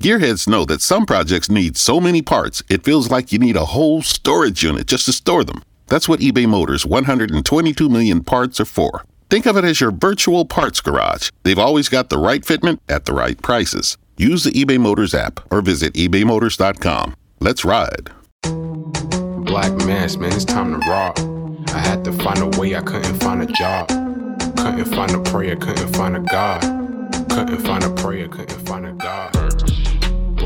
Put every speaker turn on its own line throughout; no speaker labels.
Gearheads know that some projects need so many parts, it feels like you need a whole storage unit just to store them. That's what eBay Motors' 122 million parts are for. Think of it as your virtual parts garage. They've always got the right fitment at the right prices. Use the eBay Motors app or visit ebaymotors.com. Let's ride.
Black mass, man, it's time to rock. I had to find a way, I couldn't find a job. Couldn't find a prayer, couldn't find a God. Couldn't find a prayer, couldn't find a God.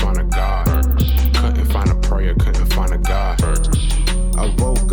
find a God. Couldn't find a prayer, couldn't find a God.
I woke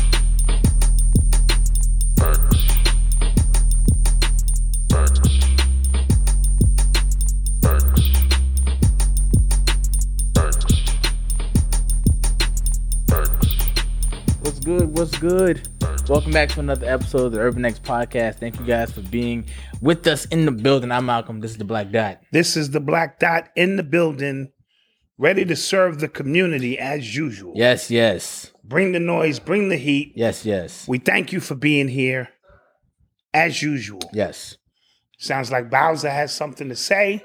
What's good? What's good? Welcome back to another episode of the Urban X Podcast. Thank you guys for being with us in the building. I'm Malcolm. This is the Black Dot.
This is the Black Dot in the building, ready to serve the community as usual.
Yes, yes,
Bring the noise, bring the heat.
yes, yes,
We thank you for being here as usual.
yes.
Sounds like Bowser has something to say.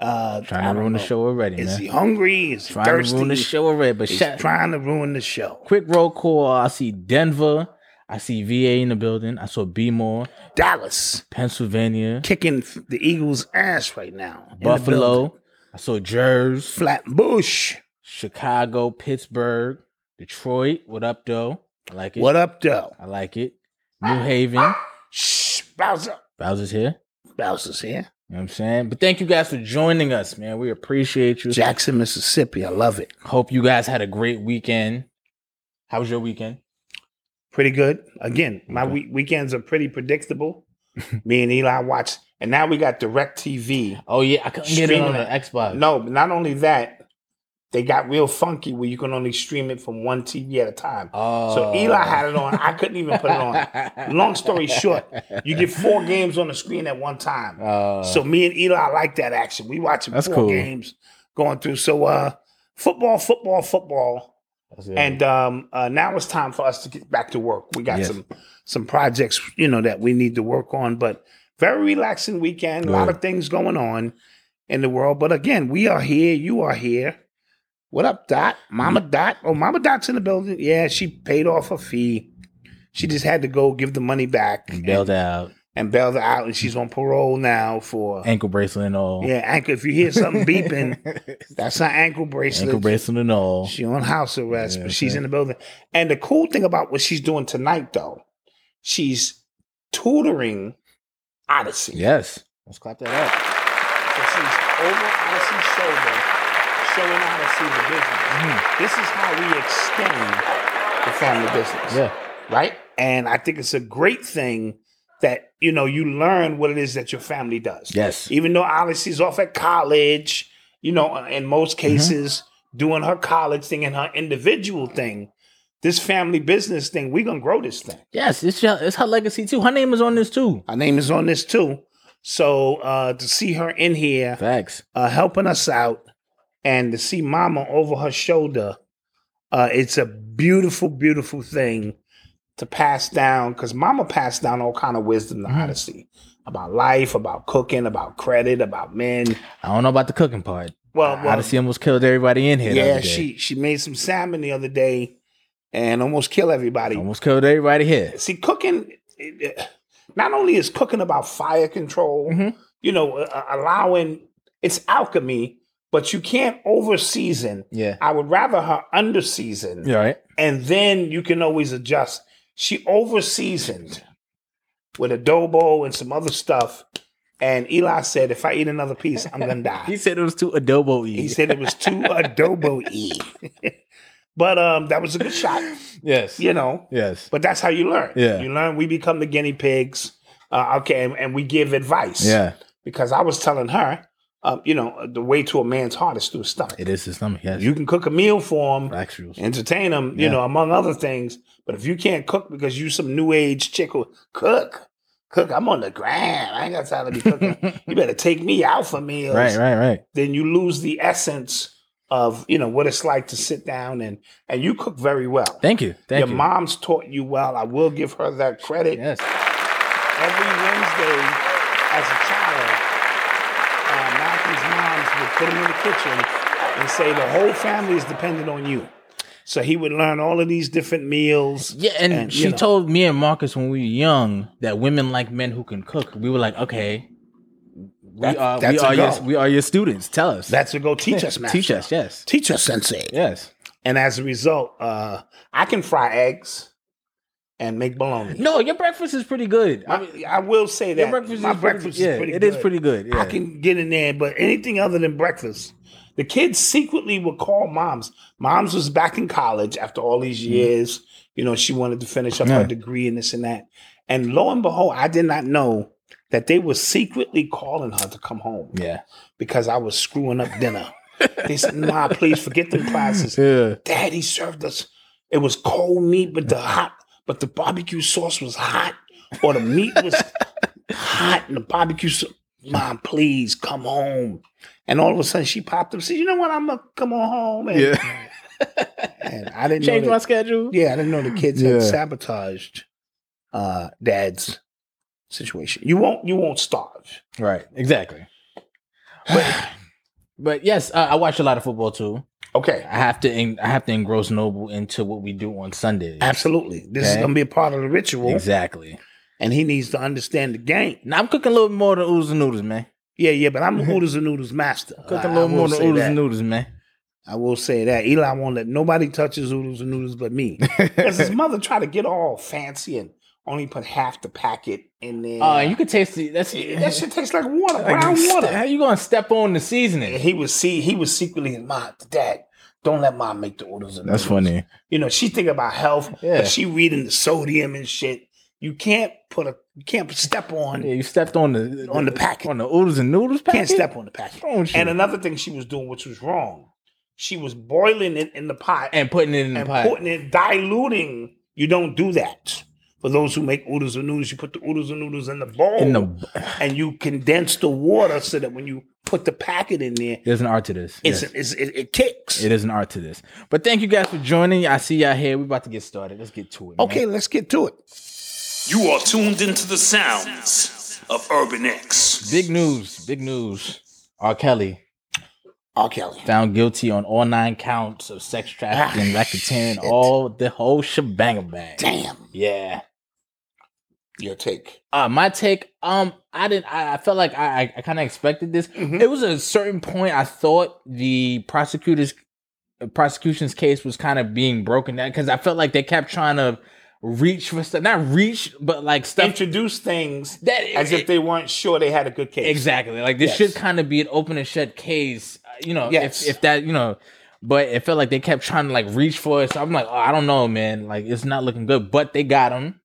Uh, I
Trying
don't
to ruin the
know.
show already,
Is
man.
he hungry? Is he
trying
thirsty?
to ruin the show already, but
He's
shout-
trying to ruin the show.
quick roll call. I see Denver. I see VA in the building. I saw Bmore,
Dallas
Pennsylvania,
kicking the Eagles' ass right now. in the building.
Buffalo. I saw Jersey,
Flatbush.
Chicago, Pittsburgh, Detroit. What up, though? I like it.
What up, though?
I like it. New Haven.
Shh, Bowser.
Bowser's here.
Bowser's here.
You know what I'm saying? But thank you guys for joining us, man. We appreciate you.
Jackson, Mississippi. I love it.
Hope you guys had a great weekend. How was your weekend?
pretty good. Again, my
Okay.
week- weekends are pretty predictable. Me and Eli watch, and now we got Direct TV.
Oh yeah, I couldn't get it on the
Streaming.
Xbox.
No, but not only that, they got real funky where you can only stream it from one TV at a time.
Oh.
So Eli had it on. I couldn't even put it on. Long story short, you get four games on the screen at one time.
Uh,
so me and Eli like that action. We watching
That's
four
cool.
games going through. So uh, football, football, football.
that's good.
And um, uh, now it's time for us to get back to work. We got
Yes.
some some projects, you know, that we need to work on. But very relaxing weekend. A lot
Right.
of things going on in the world. But again, we are here. You are here. What up, Dot? Mama Dot? Oh, Mama Dot's in the building. Yeah, she paid off her fee. She just had to go give the money back
And bailed out,
and bail her out, and she's on parole now for
ankle bracelet and all.
yeah. Ankle. If you hear something beeping, that's her ankle bracelet.
ankle bracelet and all.
She on house arrest,
Yeah,
but she's
okay.
in the building. And the cool thing about what she's doing tonight, though, she's tutoring Odyssey.
Yes, let's clap that up.
So she's over Odyssey's shoulder, showing Odyssey the business. This is how we extend the family business,
Yeah,
right? And I think it's a great thing that you know you learn what it is that your family does
yes,
even though Odyssey's off at college, you know, in most cases, doing her college thing and her individual thing, this family business thing, we're gonna grow this thing.
yes. It's your, it's her legacy too. Her name is on this too.
Her name is on this too. So uh to see her in here
Facts.
uh helping us out and to see mama over her shoulder, uh, it's a beautiful, beautiful thing to pass down because Mama passed down all kind of wisdom to Odyssey about life, about cooking, about credit, about men.
I don't know about the cooking part.
Well, well
Odyssey almost killed everybody in here. the
yeah,
other day.
she she made some salmon the other day and almost kill everybody.
almost killed everybody here.
See, cooking. it- it- Not only is cooking about fire control,
Mhm.
you know, uh, allowing it's alchemy, but you can't over season.
Yeah.
I would rather her under season,
You all right?
and then you can always adjust. She over seasoned with adobo and some other stuff, and Eli said, "If I eat another piece, I'm gonna die."
He said it was too adobo
He
y.
said it was too adobo y. but um, that was a good shot,
Yes.
you know.
Yes.
But that's how you learn.
Yeah.
You learn we become the guinea pigs. Uh, okay, and, and we give advice.
Yeah.
Because I was telling her, um, you know, the way to a man's heart is through his stomach.
It is his stomach. Yes.
You can cook a meal for him,
Black rules.
entertain him, you
Yeah.
know, among other things. But if you can't cook because you some new age chick who cook, cook, I'm on the ground. I ain't got time to be cooking. you better take me out for meals
Right, right, right.
then you lose the essence of you know what it's like to sit down and and you cook very well.
Thank you. Thank
Your
you.
mom's taught you well. I will give her that credit.
Yes.
Every Wednesday, as a child, uh, Malcolm's uh, moms would put him in the kitchen and say the whole family is dependent on you. So he would learn all of these different meals.
Yeah, and,
And, you
she
know.
told me and Marcus when we were young that women like men who can cook. We were like, okay, we
That-
are we
that's a
are
go.
your we are your students. Tell us,
That's to go teach us, master.
teach us. Yes,
teach us, sensei.
yes.
And as a result, uh, I can fry eggs and make bologna.
No, your breakfast is pretty good.
I,
I mean,
I will say that
your breakfast
my
is
breakfast
pretty,
is pretty
yeah,
good.
It is pretty good. Yeah.
I can get in there, but anything other than breakfast, the kids secretly would call moms. Moms was back in college after all these years. You know, she wanted to finish up
Mm-hmm. Yeah.
her degree and this and that. And lo and behold, I did not know that they were secretly calling her to come home
yeah.
because I was screwing up dinner. they said, "Nah, please forget them classes.
Yeah.
Daddy served us. It was cold meat, but the hot, but the barbecue sauce was hot, or the meat was hot, and the barbecue. sauce. Mom, please come home. And all of a sudden, she popped up. Said, "You know what? I'm gonna come on home." And,
Yeah.
and I didn't
Change
know.
my
That,
schedule.
yeah, I didn't know the kids
Yeah.
had sabotaged uh, Dad's situation. You won't. You won't starve.
Right. Exactly. But but yes, uh, I watch a lot of football too.
Okay.
I have to en- I have to engross Noble into what we do on Sundays.
Absolutely. This is
Okay.
gonna be a part of the ritual,
Exactly.
and he needs to understand the game.
Now I'm cooking a little more than oodles and noodles, man.
Yeah, yeah, but I'm the oodles and noodles master.
Cooking a
I- I
little more
will
than
say
oodles
that.
and noodles, man.
I will say that Eli won't let nobody touch his oodles and noodles but me, because his mother tried to get all fancy and only put half the packet in there.
Oh, and you could taste it. That's
that shit tastes like water, brown
How
water.
you gonna step on the
And
seasoning?
he was see, he was secretly my dad. Don't let mom make the oodles and noodles. You know, she think about health,
Yeah.
but she reading the sodium and shit. You can't put a, you can't step on,
Yeah, you stepped on the
On the packet.
on the oodles and noodles packet.
can't step on the packet.
Wrong shit.
And another thing she was doing, which was wrong, she was boiling it in the pot
and putting it in the
and
pot.
putting it diluting. You don't do that. For those who make oodles and noodles, you put the oodles and noodles in the bowl
In the
and you condense the water so that when you put the packet in there,
there's an art to this.
it's,
Yes.
it's, it, it kicks.
It is an art to this. But thank you guys for joining. I see y'all here. We're about to get started. Let's get to it. man.
okay, let's get to it.
You are tuned into the sounds of Urban X.
Big news. Big news. R. Kelly
R. Kelly.
found guilty on all nine counts of sex trafficking, racketeering, all the whole shebang bang.
Ah, Damn.
Yeah.
Your take.
uh my take um i didn't i, I felt like i i, I kind of expected this
Mm-hmm.
it was a certain point i thought the prosecutors prosecution's case was kind of being broken down because i felt like they kept trying to reach for stuff not reach but like stuff
Introduce things
that
as if they weren't sure they had a good case.
exactly like this
Yes.
should kind of be an open and shut case uh, you know
Yes.
if, if that you know but it felt like they kept trying to like reach for it so i'm like oh, i don't know man like it's not looking good but they got him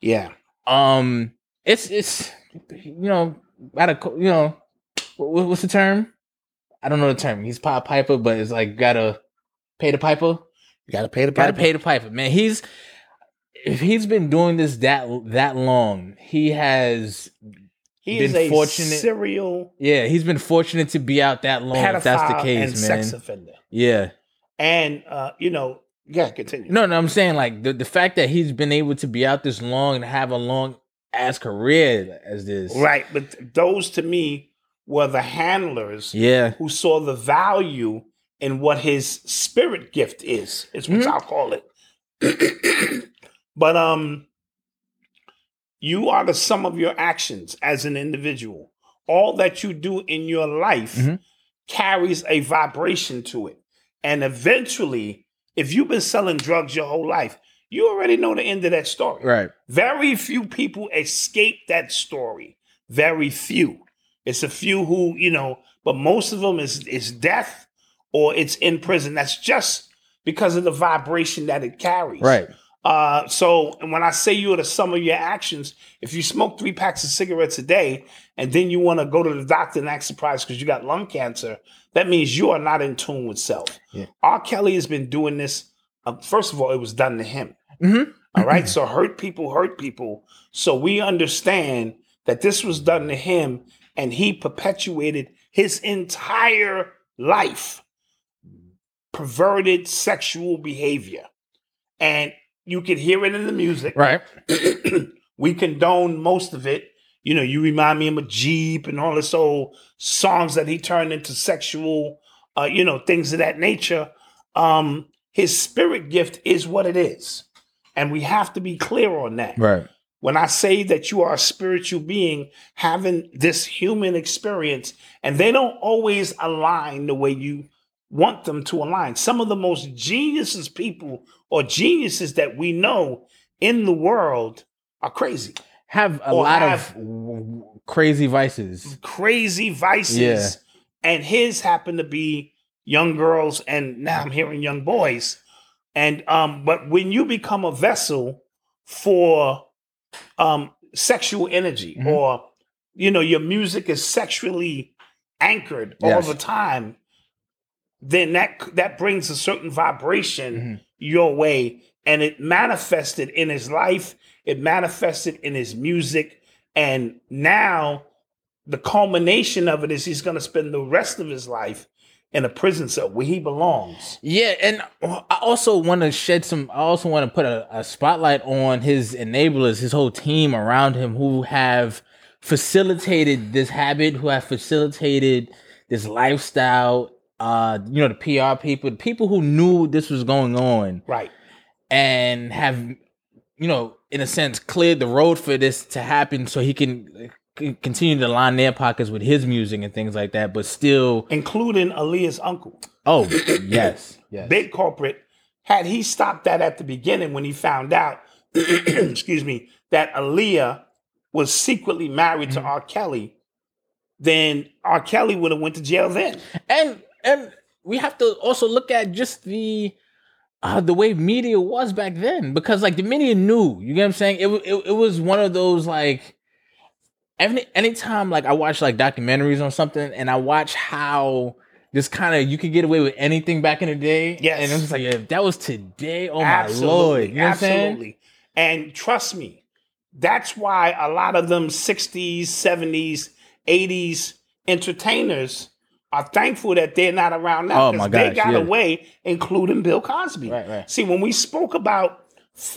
Yeah.
um it's it's you know out of co- you know what, what's the term i don't know the term he's pop piper but it's like gotta pay the piper
You gotta pay the
gotta
piper.
pay the piper man he's if he's been doing this that that long he has
He
Been
is a
fortunate-
serial
yeah he's been fortunate to be out that long
pedophile
if that's the
and
case
sex
man
offender.
yeah
And uh, you know, Yeah, continue.
No, no, I'm saying like the, the fact that he's been able to be out this long and have a long ass career as this.
Right, but those to me were the handlers
Yeah.
who saw the value in what his spirit gift is. Is what
Mm-hmm.
I'll call it. but um, you are the sum of your actions as an individual. All that you do in your life
Mhm.
carries a vibration to it, and eventually, if you've been selling drugs your whole life, you already know the end of that story.
Right.
Very few people escape that story. Very few. It's a few who, you know, but most of them is is death or it's in prison. That's just because of the vibration that it carries.
Right.
Uh, so and when I say you're the sum of your actions, if you smoke three packs of cigarettes a day and then you want to go to the doctor and act surprised because you got lung cancer, that means you are not in tune with self.
Yeah.
R. Kelly has been doing this. Uh, first of all, it was done to him.
Mhm.
All right. So hurt people hurt people. So we understand that this was done to him and he perpetuated his entire life perverted sexual behavior. And you can hear it in the music.
Right.
we condone most of it. You know, you remind me of a Jeep and all this old songs that he turned into sexual, uh, you know, things of that nature. Um, his spirit gift is what it is. And we have to be clear on that.
Right.
When I say that you are a spiritual being having this human experience, and they don't always align the way you want them to align. Some of the most geniuses people or geniuses that we know in the world are crazy.
Have a
Or
lot
have-
of w- w- crazy vices.
Crazy vices.
Yeah.
And his happen to be young girls, and now I'm hearing young boys. And um, but when you become a vessel for um sexual energy
Mhm.
or you know, your music is sexually anchored
Yes.
all the time, then that that brings a certain vibration your way. And it manifested in his life, it manifested in his music. And now the culmination of it is he's gonna spend the rest of his life in a prison cell where he belongs.
Yeah, and I also want to shed some. I also want to put a, a spotlight on his enablers, his whole team around him, who have facilitated this habit, who have facilitated this lifestyle. Uh, you know, the PR people, the people who knew this was going on,
Right.
and have, you know, in a sense, cleared the road for this to happen, so he can c- continue to line their pockets with his music and things like that. But still,
Including Aaliyah's uncle.
oh yes, yes,
big corporate, had he stopped that at the beginning when he found out, excuse me, that Aaliyah was secretly married
Mm-hmm.
to R. Kelly, then R. Kelly would have went to jail then.
and and we have to also look at just the uh, the way media was back then because like the media knew you get what i'm saying it, wa- it, it was one of those like any anytime like i watch like documentaries on something and i watch how this kind of you could get away with anything back in the day
Yes.
and it was like if that was today oh
absolutely,
my lord you know what i'm saying
absolutely. And trust me, that's why a lot of them 60s, 70s, 80s entertainers are thankful that they're not around now
Oh, my
they
gosh,
got
yeah.
away, including Bill Cosby.
Right, right.
See, when we spoke about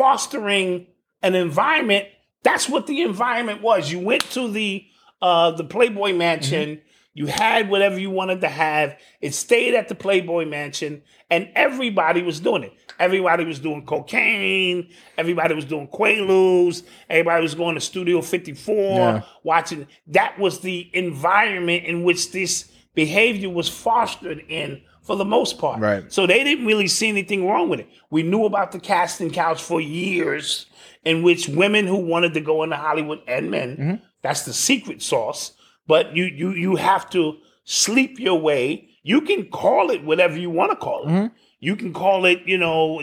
fostering an environment, that's what the environment was. You went to the uh, the Playboy Mansion.
Mm-hmm.
You had whatever you wanted to have. It stayed at the Playboy Mansion, and everybody was doing it. Everybody was doing cocaine. Everybody was doing Quaaludes. Everybody was going to Studio 54,
Yeah.
watching. That was the environment in which this behavior was fostered in for the most part.
Right.
So they didn't really see anything wrong with it. We knew about the casting couch for years, in which women who wanted to go into Hollywood and men, that's the secret sauce. But you you you have to sleep your way. You can call it whatever you want to call it. You can call it, you know,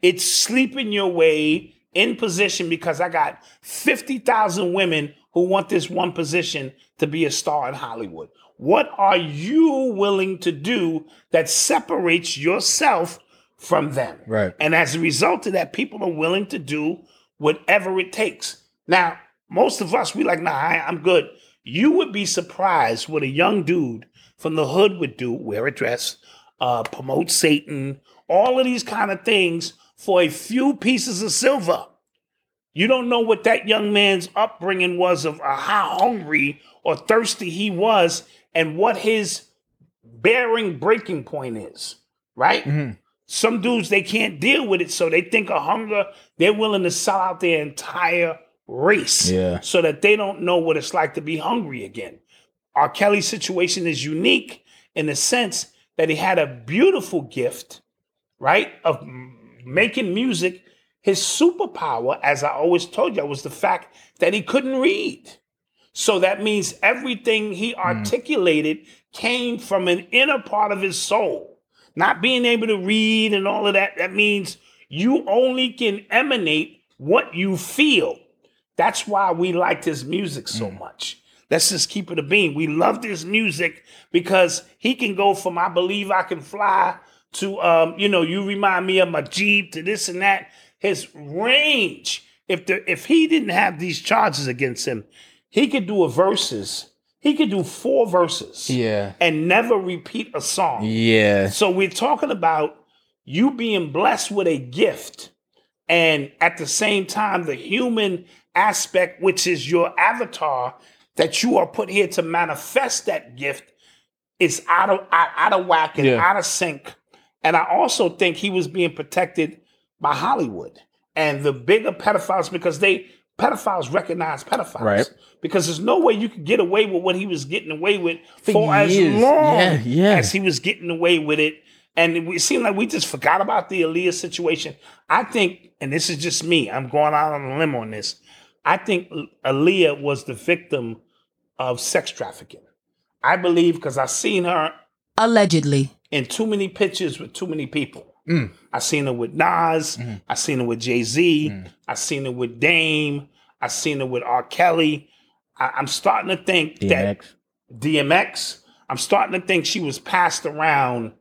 it's sleeping your way in position because I got 50,000 women who want this one position to be a star in Hollywood. What are you willing to do that separates yourself from them?
Right.
And as a result of that, people are willing to do whatever it takes. Now, most of us, we like, nah, I, I'm good. You would be surprised what a young dude from the hood would do wear a dress, uh, promote Satan, all of these kind of things for a few pieces of silver. You don't know what that young man's upbringing was of uh, how hungry or thirsty he was and what his bearing breaking point is, right?
Mm-hmm.
Some dudes they can't deal with it, so they think of hunger, they're willing to sell out their entire race
Yeah.
so that they don't know what it's like to be hungry again. R. Kelly's situation is unique in the sense that he had a beautiful gift, right, of m- making music. His superpower, as I always told you, was the fact that he couldn't read. So that means everything he articulated came from an inner part of his soul. Not being able to read and all of that, that means you only can emanate what you feel. That's why we liked his music so much. Let's just keep it a beam. We loved his music because he can go from I believe I can fly to um, you know, you remind me of my Jeep to this and that. His range. If the if he didn't have these charges against him, he could do a verses. He could do four verses
Yeah.
and never repeat a song.
Yeah.
So we're talking about you being blessed with a gift and at the same time the human aspect which is your avatar that you are put here to manifest that gift is out of out, out of whack and
Yeah.
out of sync. And I also think he was being protected by Hollywood and the bigger pedophiles because they pedophiles recognize pedophiles.
Right.
Because there's no way you could get away with what he was getting away with for,
years.
as long
Yeah, yeah.
as he was getting away with it. And it seemed like we just forgot about the Aaliyah situation. I think, and this is just me, I'm going out on a limb on this. I think Aaliyah was the victim of sex trafficking. I believe because I seen her
Allegedly.
in too many pictures with too many people.
Mm.
I seen her with Nas. I seen her with Jay Z.
Mm.
I seen her with Dame. I seen her with R. Kelly. I, I'm starting to think that
DMX.
DMX. I'm starting to think she was passed around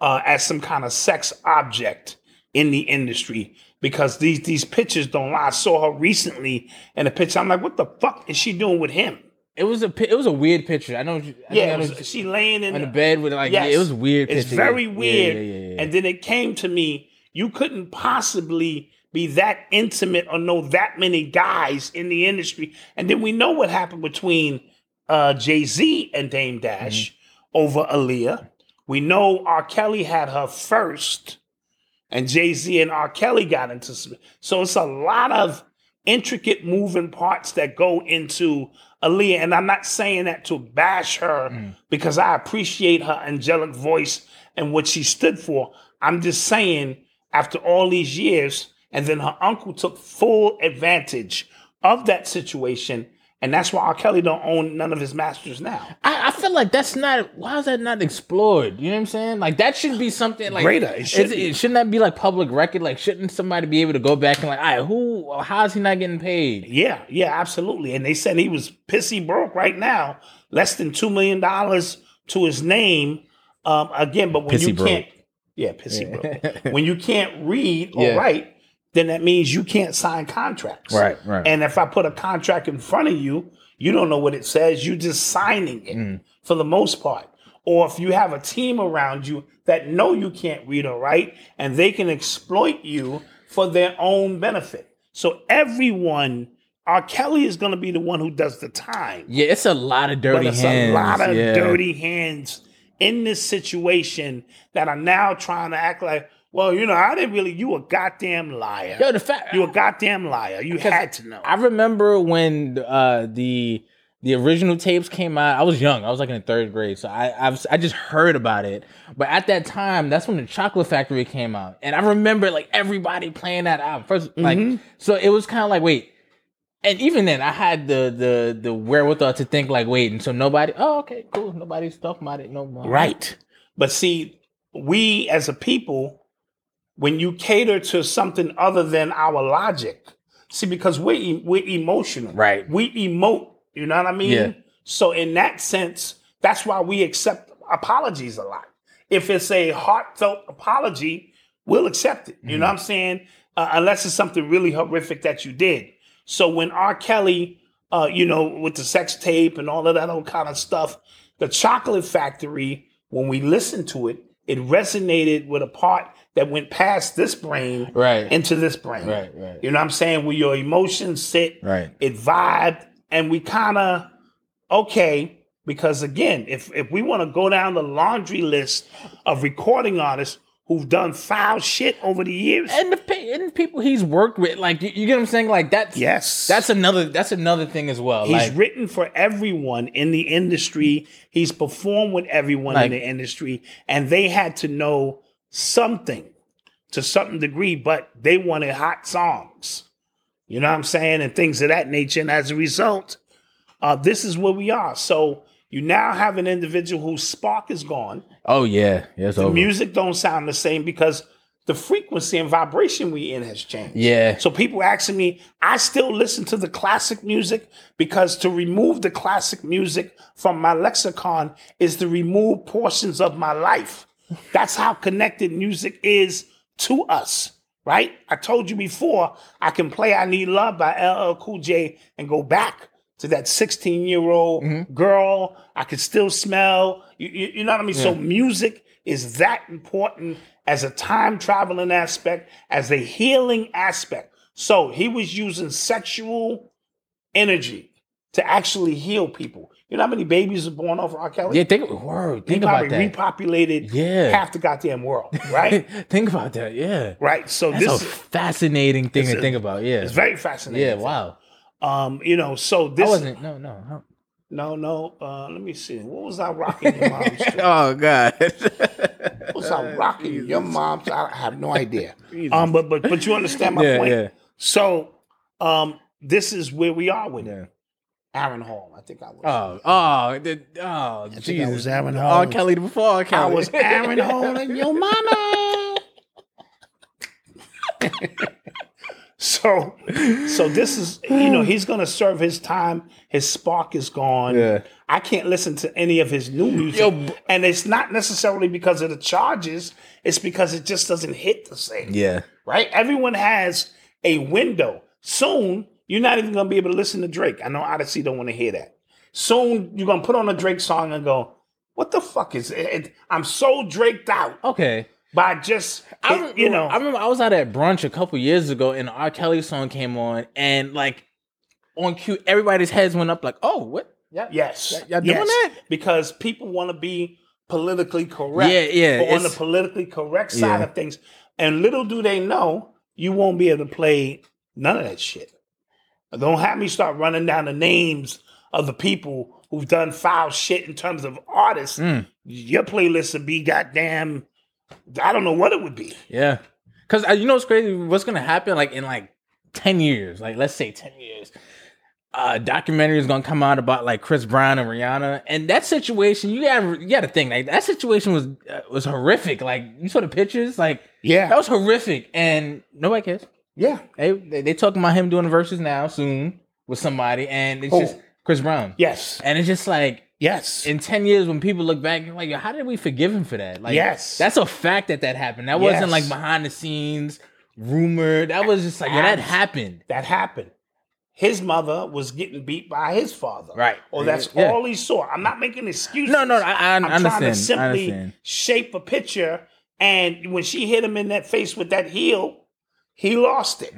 uh, as some kind of sex object in the industry because these these pictures don't lie. I saw her recently in a picture. I'm like, what the fuck is she doing with him?
It was a pi- it was a weird picture. I know. I think
Yeah,
I
it
know-
was- she laying in
on the
the-
bed with like yeah,
Yes.
it was a weird.
It's
picture.
very
Yeah,
weird.
Yeah, yeah, yeah.
And then it came to me, you couldn't possibly be that intimate or know that many guys in the industry. And then we know what happened between uh, Jay Z and Dame Dash
Mm-hmm.
over Aaliyah. We know R. Kelly had her first, and Jay Z and R. Kelly got into some. So it's a lot of intricate moving parts that go into Aaliyah. And I'm not saying that to bash her because I appreciate her angelic voice and what she stood for. I'm just saying, after all these years, and then her uncle took full advantage of that situation. And that's why R. Kelly don't own none of his masters now.
I, I feel like that's not why is that not explored? You know what I'm saying? Like that should be something like
Greater, it should
is-
be.
it shouldn't that be like public record? Like shouldn't somebody be able to go back and like, all right, who? How is he not getting paid?
Yeah, yeah, absolutely. And they said he was pissy broke right now, less than two million dollars to his name. Um, again, but when
Pissy
you
broke.
can't, yeah, pissy broke. When you can't read or
Yeah.
write, then that means you can't sign contracts.
Right, right.
And if I put a contract in front of you, you don't know what it says. You're just signing it
Mm.
for the most part. Or if you have a team around you that know you can't read or write, and they can exploit you for their own benefit. So everyone, R. Kelly is going to be the one who does the time.
Yeah, it's a lot of
But
dirty
it's
hands.
a lot of
yeah.
dirty hands in this situation that are now trying to act like, well, you know, I didn't really. You a goddamn liar.
Yo, the fact
you a goddamn liar. You had to know.
I remember when uh, the the original tapes came out. I was young. I was like in the third grade, so I I've, I just heard about it. But at that time, that's when the Chocolate Factory came out, and I remember like everybody playing that album first. Like,
Mm-hmm.
so it was kind of like wait. And even then, I had the the the wherewithal to think like, wait, and so nobody. Oh, okay, cool. Nobody's talking about it no more.
Right. But see, we as a people, when you cater to something other than our logic, see, because we're, e- we're emotional.
Right.
We emote, you know what I mean?
Yeah.
So, in that sense, that's why we accept apologies a lot. If it's a heartfelt apology, we'll accept it.
Mm-hmm.
You know what I'm saying? Uh, unless it's something really horrific that you did. So, when R. Kelly, uh, you know, with the sex tape and all of that old kind of stuff, the chocolate factory, when we listened to it, it resonated with a part that went past this brain
Right.
into this brain.
Right, right.
You know what I'm saying? Where your emotions sit,
Right.
it vibed, and we kind of okay. Because again, if if we want to go down the laundry list of recording artists who've done foul shit over the years,
And the pe- and people he's worked with, like you, you get what I'm saying, like that's
yes,
that's another that's another thing as well.
He's
like,
written for everyone in the industry. He's performed with everyone
Like-
in the industry, and they had to know something to some degree, but they wanted hot songs. You know what I'm saying? And things of that nature. And as a result, uh, this is where we are. So you now have an individual whose spark is gone.
oh yeah, yeah, it's over.
Music don't sound the same because the frequency and vibration we in has changed.
yeah,
So people asking me, I still listen to the classic music because to remove the classic music from my lexicon is to remove portions of my life. That's how connected music is to us, right? I told you before, I can play I Need Love by LL Cool J and go back to that 16 year old
Mm-hmm.
girl. I can still smell, you, you, you know what I mean? So music is that important as a time traveling aspect, as a healing aspect. So he was using sexual energy to actually heal people. You know how many babies are born off R. Kelly?
yeah. Think, word,
he
think
probably
about that.
repopulated
Yeah.
half the goddamn world, right?
think about that. Yeah,
right. So
that's
this
a
is
fascinating thing
it's
to
a-
think about. Yeah,
it's very fascinating.
yeah. Wow,
Um, you know, so
I
this
wasn't. No, no. no.
no, no. Uh, let me see. What was I rocking your mom's? to?
Oh god.
What was
Oh,
I rocking your mom's? to? I have no idea. um, but but but you understand my
yeah,
point.
yeah,
So um, this is where we are with
yeah.
Aaron Hall. I think I was.
Oh, oh, the, oh,
think I
Jesus!
was Aaron
R.
Hall.
Kelly before R.
I
Kelly.
was Aaron Hall and your mama. so, so this is you know he's gonna serve his time. His spark is gone.
Yeah.
I can't listen to any of his new music,
Yo, b-
and it's not necessarily because of the charges. It's because it just doesn't hit the same.
yeah,
Right? Everyone has a window. Soon you're not even gonna be able to listen to Drake. I know Odyssey don't want to hear that. Soon you're gonna put on a Drake song and go, "What the fuck is it?" I'm so draked out
okay.
by just
I
it-
remember,
you know.
I remember I was out at brunch a couple years ago, and an R. Kelly song came on, and like on cue, everybody's heads went up, like, "Oh, what? Yeah,
yes,
y'all doing
yes.
that?
because people want to be politically correct.
Yeah, yeah,
Or on the
it's-
politically correct side
Yeah.
of things, and little do they know you won't be able to play none of that shit. Don't have me start running down the names of the people who've done foul shit in terms of artists.
Mm.
Your playlist would be goddamn. I don't know what it would be.
yeah." Because you know what's crazy? What's gonna happen? Like in like ten years, like let's say ten years, a documentary is gonna come out about like Chris Brown and Rihanna, and that situation. You got you got to think like that situation was uh, was horrific. Like you saw the pictures, like
Yeah,
that was horrific, and nobody cares.
yeah.
They they, they talking about him doing the verses now soon with somebody, and it's
Who?
just Chris Brown.
Oh. Yes,
And it's just like
yes.
in ten years when people look back, you're like, Yo, how did we forgive him for that? Like,
Yes.
that's a fact that that happened. That
Yes.
wasn't like behind the scenes rumor. That was just like, yeah, that happened.
that happened. His mother was getting beat by his father.
Right.
Or that's
Yeah.
all he saw. I'm not making excuses.
No, no, I- I
am trying
understand.
to
I
simply
understand.
shape a picture. And when she hit him in that face with that heel, he lost it.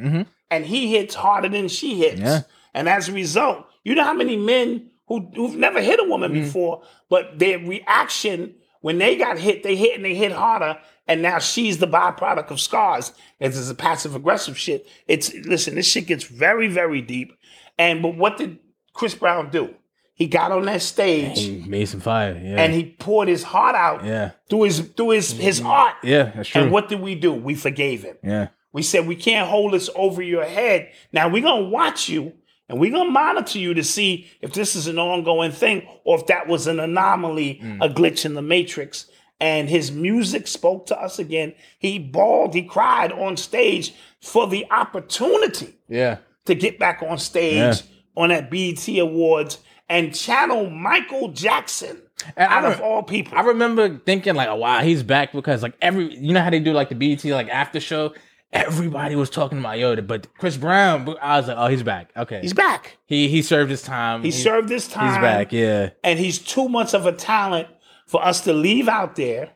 And he hits harder than she hits.
Mm-hmm. Yeah.
And as a result, you know how many men who, who've never hit a woman
Mm-hmm.
before, but their reaction when they got hit, they hit and they hit harder. And now she's the byproduct of scars. This is a passive aggressive shit. It's listen, this shit gets very, very deep. And but what did Chris Brown do? He got on that stage
Mason Fire. Yeah.
and he poured his heart out
yeah.
through his through his his art.
Yeah, that's true.
And what did we do? We forgave him.
yeah.
We said, we can't hold this over your head. Now we're going to watch you and we're going to monitor you to see if this is an ongoing thing or if that was an anomaly,
Mm.
a glitch in the matrix. And his music spoke to us again. He bawled, he cried on stage for the opportunity
Yeah.
to get back on stage
Yeah.
on that BET Awards and channel Michael Jackson
And I
out of
rem-
all people.
I remember thinking like, oh, wow, he's back because like every you know how they do like the BET like after show, everybody was talking about Yoda, but Chris Brown, but I was like, oh, he's back. Okay,
He's back.
he he served his time.
He served his time.
He's back. Yeah,
and he's too much of a talent for us to leave out there.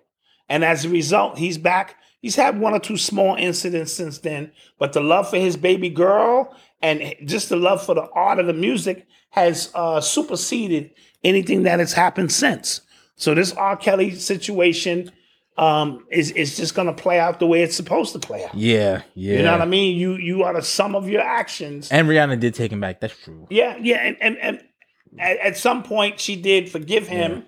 And as a result, he's back. He's had one or two small incidents since then, but the love for his baby girl and just the love for the art of the music has uh, superseded anything that has happened since. So this R. Kelly situation um, is is just going to play out the way it's supposed to play out.
Yeah, yeah.
You know what I mean? You you are the sum of your actions.
And Rihanna did take him back. That's true.
yeah, yeah, and and, and at, at some point she did forgive him.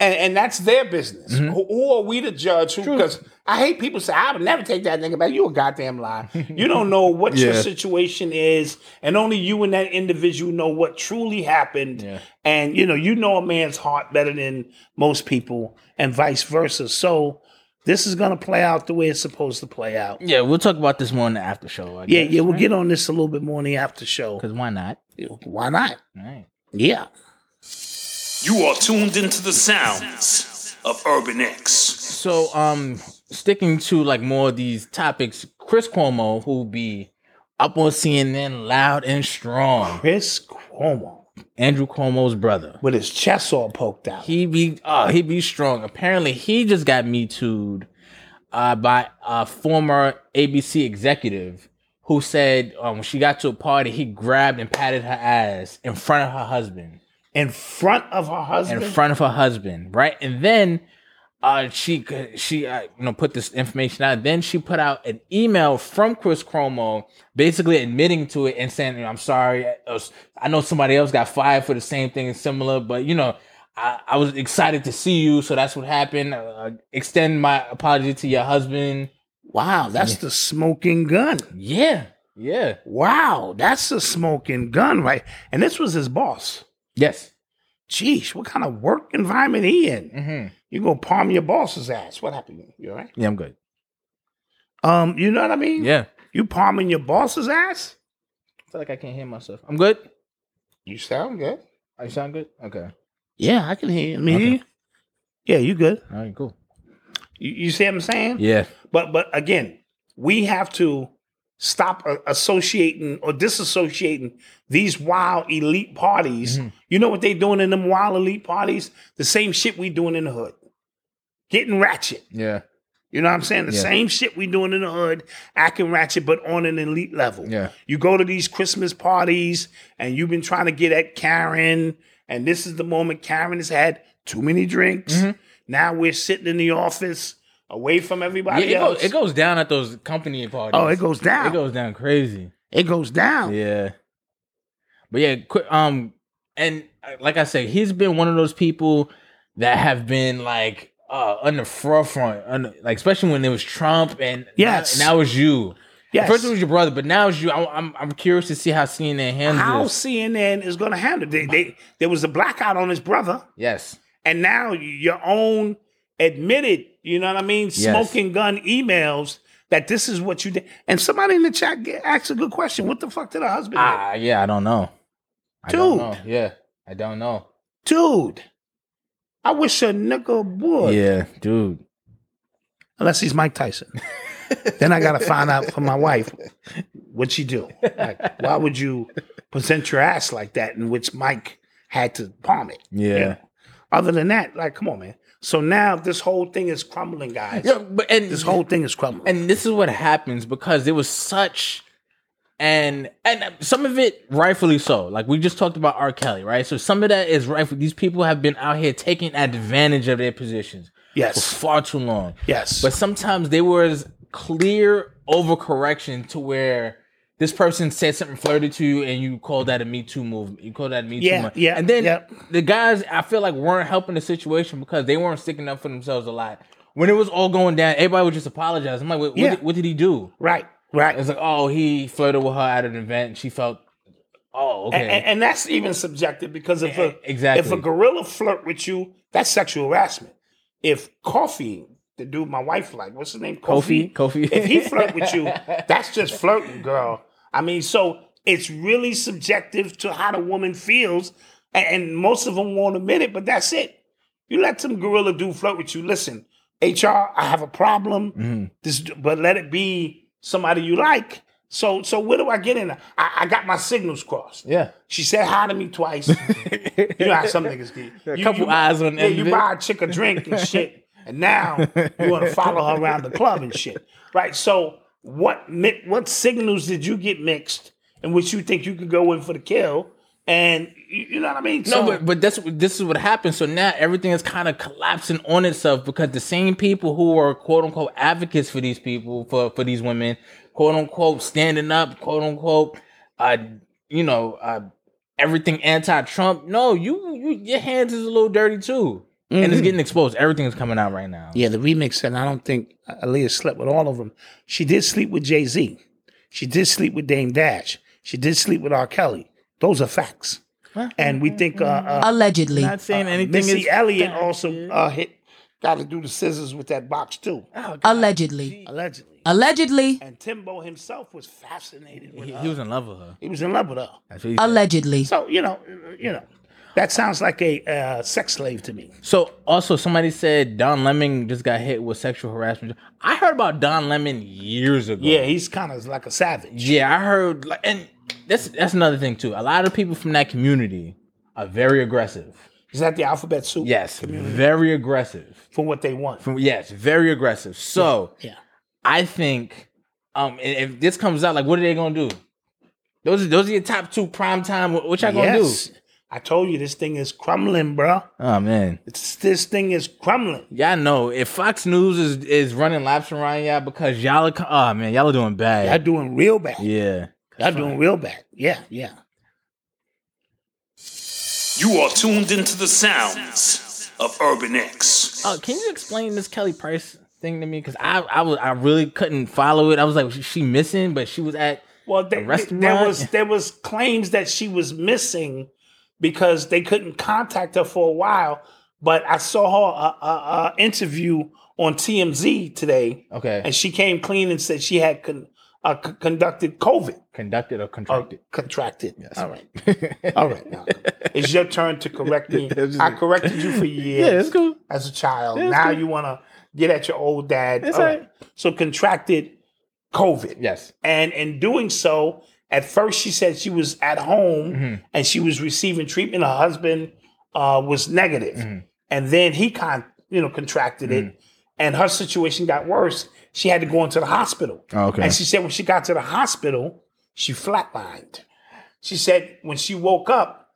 And, and that's their business. Who, who are we to judge? Because I hate people say, I would never take that nigga back. You a goddamn lie. You don't know what your
Yeah.
situation is, and only you and that individual know what truly happened. And you know, you know a man's heart better than most people, and vice versa. So this is gonna play out the way it's supposed to play out.
Yeah, we'll talk about this more in the after show. I
Yeah, yeah, we'll get on this a little bit more in the after show.
Because why not?
Why not?
All right.
Yeah.
You are tuned into the sounds of Urban X.
So, um, sticking to like more of these topics, Chris Cuomo, who be up on CNN loud and strong,
Chris Cuomo
Andrew Cuomo's brother.
with his chest all poked out.
He be uh he be strong. Apparently, he just got me too'd uh, by a former ABC executive who said um, when she got to a party, he grabbed and patted her ass in front of her husband.
in front of her
in
husband.
front of her husband, right? And then uh, she she uh, you know put this information out. Then she put out an email from Chris Cuomo, basically admitting to it and saying, you know, "I'm sorry. I was- I know somebody else got fired for the same thing and similar, but you know." I, I was excited to see you, so that's what happened. Uh, extend my apology to your husband.
wow, that's the smoking gun.
Yeah, yeah,
Wow, that's the smoking gun, right? And this was his boss.
yes.
Jeez, what kind of work environment he in?
Mm-hmm.
You gonna palm your boss's ass? What happened? You all right?
Yeah, I'm good.
Um, you know what I mean?
Yeah,
You palming your boss's ass?
I feel like I can't hear myself. I'm good.
You sound good.
I sound good. Okay.
Yeah, I can hear you. I mean, yeah, you good.
All right. Cool.
You, you see what I'm saying?
Yeah.
But but again, we have to stop a- associating or disassociating these wild elite parties.
Mm-hmm.
You know what they doing in them wild elite parties? The same shit we doing in the hood. Getting ratchet.
Yeah.
You know what I'm saying? The
Yeah.
same shit we doing in the hood, acting ratchet, but on an elite level.
Yeah.
You go to these Christmas parties and you've been trying to get at Karen, and this is the moment Karen has had too many drinks.
Mm-hmm.
Now we're sitting in the office away from
Yeah,
everybody
it,
else.
goes, it goes down at those company parties.
Oh, it goes down.
It goes down crazy.
It goes down.
Yeah. But yeah, qu- um, and uh, like I said, he's been one of those people that have been like uh on the forefront, on the- like especially when it was Trump and now-
Yes.
now, it's you.
Yes.
First it was your brother, but now it's you. I, I'm I'm curious to see how CNN handles
how
this.
CNN is going to handle it. They, they, there was a blackout on his brother,
Yes.
and now your own admitted, you know what I mean, smoking gun emails that this is what you did. And somebody in the chat ge- asked a good question. What the fuck did her husband
Ah, yeah. I don't know. I don't
Dude.
know. Yeah. I don't know.
do? Dude, I wish a nigga would.
Yeah, dude.
Unless he's Mike Tyson. then I got to find out from my wife what she do. Like, why would you present your ass like that in which Mike had to palm it?
Yeah.
Other than that, like, come on, man. So now this whole thing is crumbling, guys.
Yeah, but and
This whole thing is crumbling.
and this is what happens because it was such and and some of it rightfully so like we just talked about r kelly right so some of that is rightful these people have been out here taking advantage of their positions for
yes,
far too long
yes,
but sometimes there was clear overcorrection to where this person said something flirty to you and you called that a Me Too movement. You called that a Me Too
Yeah,
movement.
yeah,
And then
yeah.
the guys, I feel like, weren't helping the situation because they weren't sticking up for themselves a lot. When it was all going down, everybody would just apologize. I'm like, what, what
Yeah.
did, what did he do?
right, right.
It's like, oh, he flirted with her at an event. She felt, oh, okay. E-,
and, and that's even subjective because if a
exactly.
if a gorilla flirt with you, that's sexual harassment. If Coffee, the dude my wife like, what's his name?
Kofi? Kofi.
if he flirt with you, that's just flirting, girl. I mean, so it's really subjective to how the woman feels, and, and most of them won't admit it, but that's it. You let some gorilla dude flirt with you. Listen, HR, I have a problem.
Mm-hmm.
This, but let it be somebody you like. So, so where do I get in? I, I got my signals crossed.
yeah.
She said hi to me twice. you know how some niggas get.
couple eyes on the
yeah,
end
you
of it.
buy a chick a drink and shit. and now you want to follow her around the club and shit, right? So what mi- what signals did you get mixed in which you think you could go in for the kill? And you, you know what I mean?
No, but but that's this is what happens. So now everything is kind of collapsing on itself because the same people who are quote unquote advocates for these people for for these women, quote unquote standing up, quote unquote, uh, you know, uh, everything anti-Trump. No, you, you your hands is a little dirty too, and it's getting exposed. Everything is coming out right now.
Mm-hmm. Yeah, the remix, and I don't think Aaliyah slept with all of them. She did sleep with Jay Z. She did sleep with Dame Dash. She did sleep with R. Kelly. Those are facts. And we think uh, uh,
Allegedly.
Not saying anything
Missy
is
Elliott also uh, hit, got to do the scissors with that box too,
Allegedly.
allegedly.
Allegedly.
And Timbo himself was fascinated with
He,
her.
he was in love with her.
He was in love with her.
That's what he said.
Allegedly.
So you know, you know, that sounds like a uh, sex slave to me.
So also somebody said Don Lemon just got hit with sexual harassment. I heard about Don Lemon years ago.
Yeah, he's kind of like a savage.
Yeah, I heard, like, and that's that's another thing too. A lot of people from that community are very aggressive.
Is that the alphabet soup?
Yes, very aggressive.
for what they want.
From yes, very aggressive. So
Yeah.
I think, um, i- if this comes out, like, what are they gonna do? Those are those are your top two prime time. What, what y'all
Yes. I told you this thing is crumbling, bro.
gonna do? Oh man,
It's, this thing is crumbling.
y'all know if Fox News is is running laps around y'all because y'all are, co- oh man, y'all are doing
Y'all
bad.
doing real bad.
Yeah.
Y'all doing real bad. Yeah, yeah.
You are tuned into the sounds of Urban X.
Oh, can you explain this Kelly Price thing to me? Because I, I was, I really couldn't follow it. I was like, she, she missing, but she was at.
Well, they,
A restaurant?
there was there was claims that she was missing because they couldn't contact her for a while. But I saw her uh, uh, uh, interview on TMZ today,
Okay.
and she came clean and said she had con- uh, c- conducted COVID.
Conducted or
Uh,
contracted.
contracted. All right. All right. Now, it's your turn to correct me. I corrected you for years.
Yeah, it's cool.
as a child.
That's
now
good.
you want to get at your old dad.
That's
All
all right.
So contracted COVID.
Yes.
And in doing so, at first she said she was at home and she was receiving treatment. Her husband uh, was negative. And then he con- you know contracted it and her situation got worse. She had to go into the hospital.
Oh, Okay.
And she said when she got to the hospital, she flatlined. She said when she woke up,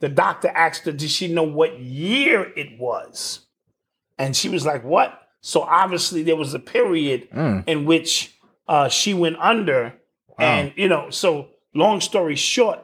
the doctor asked her, did she know what year it was? And she was like, what? So obviously there was a period in which uh, she went under. And, you know, so long story short,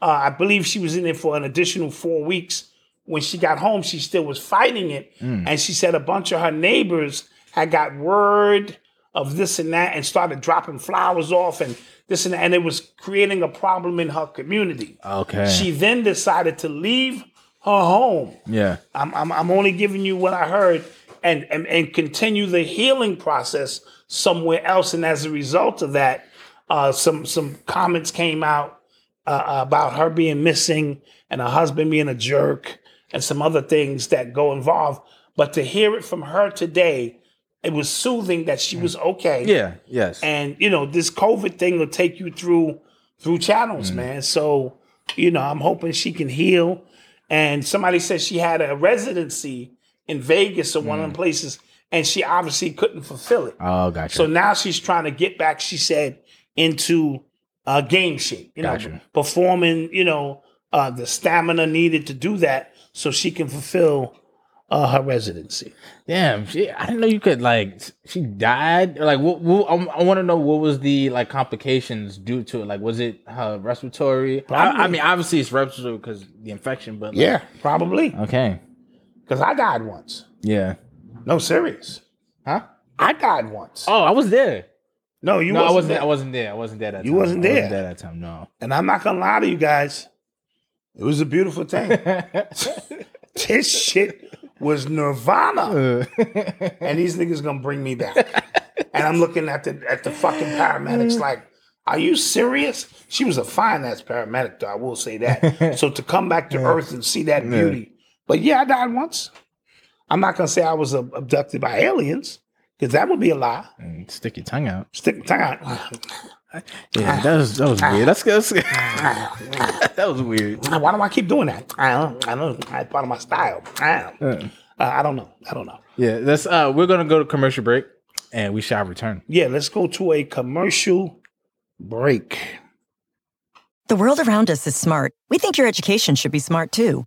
uh, I believe she was in there for an additional four weeks. When she got home, she still was fighting it. And she said a bunch of her neighbors had got word of this and that and started dropping flowers off and this and that. And it was creating a problem in her community.
Okay.
She then decided to leave her home.
yeah.
I'm, I'm, I'm only giving you what I heard and, and, and continue the healing process somewhere else. And as a result of that, uh, some, some comments came out uh, about her being missing and her husband being a jerk and some other things that go involved. But to hear it from her today, it was soothing that she was okay.
Yeah. Yes.
And you know, this COVID thing will take you through through channels, man. So, you know, I'm hoping she can heal. And somebody said she had a residency in Vegas or one of them places, and she obviously couldn't fulfill it.
oh, gotcha.
So now she's trying to get back, she said, into uh, game shape. You know,
Gotcha.
performing, you know, uh, the stamina needed to do that so she can fulfill uh, her residency.
Damn. She, I didn't know you could like. s- She died. Like, what? what I, want to know what was the like complications due to it. Like, was it her respiratory? I, I
Probably.
mean, obviously it's respiratory because the infection. But like,
Probably.
Okay.
Because I died once.
Yeah.
No, serious.
Huh?
I died once.
Oh, I was there.
No, you
no,
wasn't.
I wasn't.
there.
I wasn't there. I wasn't there that
You
time.
wasn't
I
there.
wasn't there that time. No.
and I'm not gonna lie to you guys. It was a beautiful thing. this shit was Nirvana, and these niggas gonna bring me back. And I'm looking at the at the fucking paramedics like, "Are you serious?" She was a fine ass paramedic, though. I will say that. so to come back to Earth and see that beauty, but yeah, I died once. I'm not gonna say I was ab- abducted by aliens because that would be a lie.
And Mm, stick your tongue out.
Stick my tongue out.
Yeah, that was that was weird. That's, that's that was weird.
Why do I keep doing that? I don't. I don't. It's part of my style. I don't. Uh, I don't know. I don't know.
Yeah, that's uh we're gonna go to commercial break and we shall return.
Yeah, let's go to a commercial break.
The world around us is smart. We think your education should be smart too.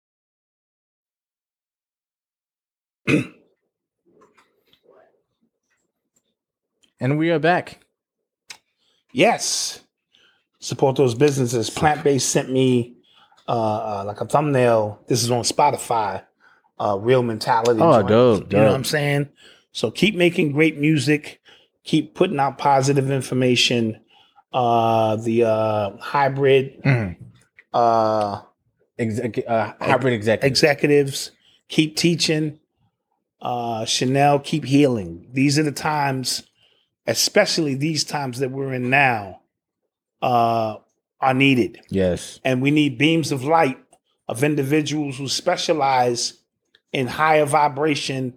And we are back.
Yes, support those businesses. Plant Based sent me uh, uh, like a thumbnail. This is on Spotify. Uh, Real mentality.
Oh,
joint.
dope,
You know what
dope.
I'm saying? So keep making great music. Keep putting out positive information. Uh, the uh, hybrid
Mm.
uh,
Exec- uh, hybrid executive.
executives keep teaching uh chanel keep healing these are the times especially these times that we're in now uh are needed
yes.
and we need beams of light of individuals who specialize in higher vibration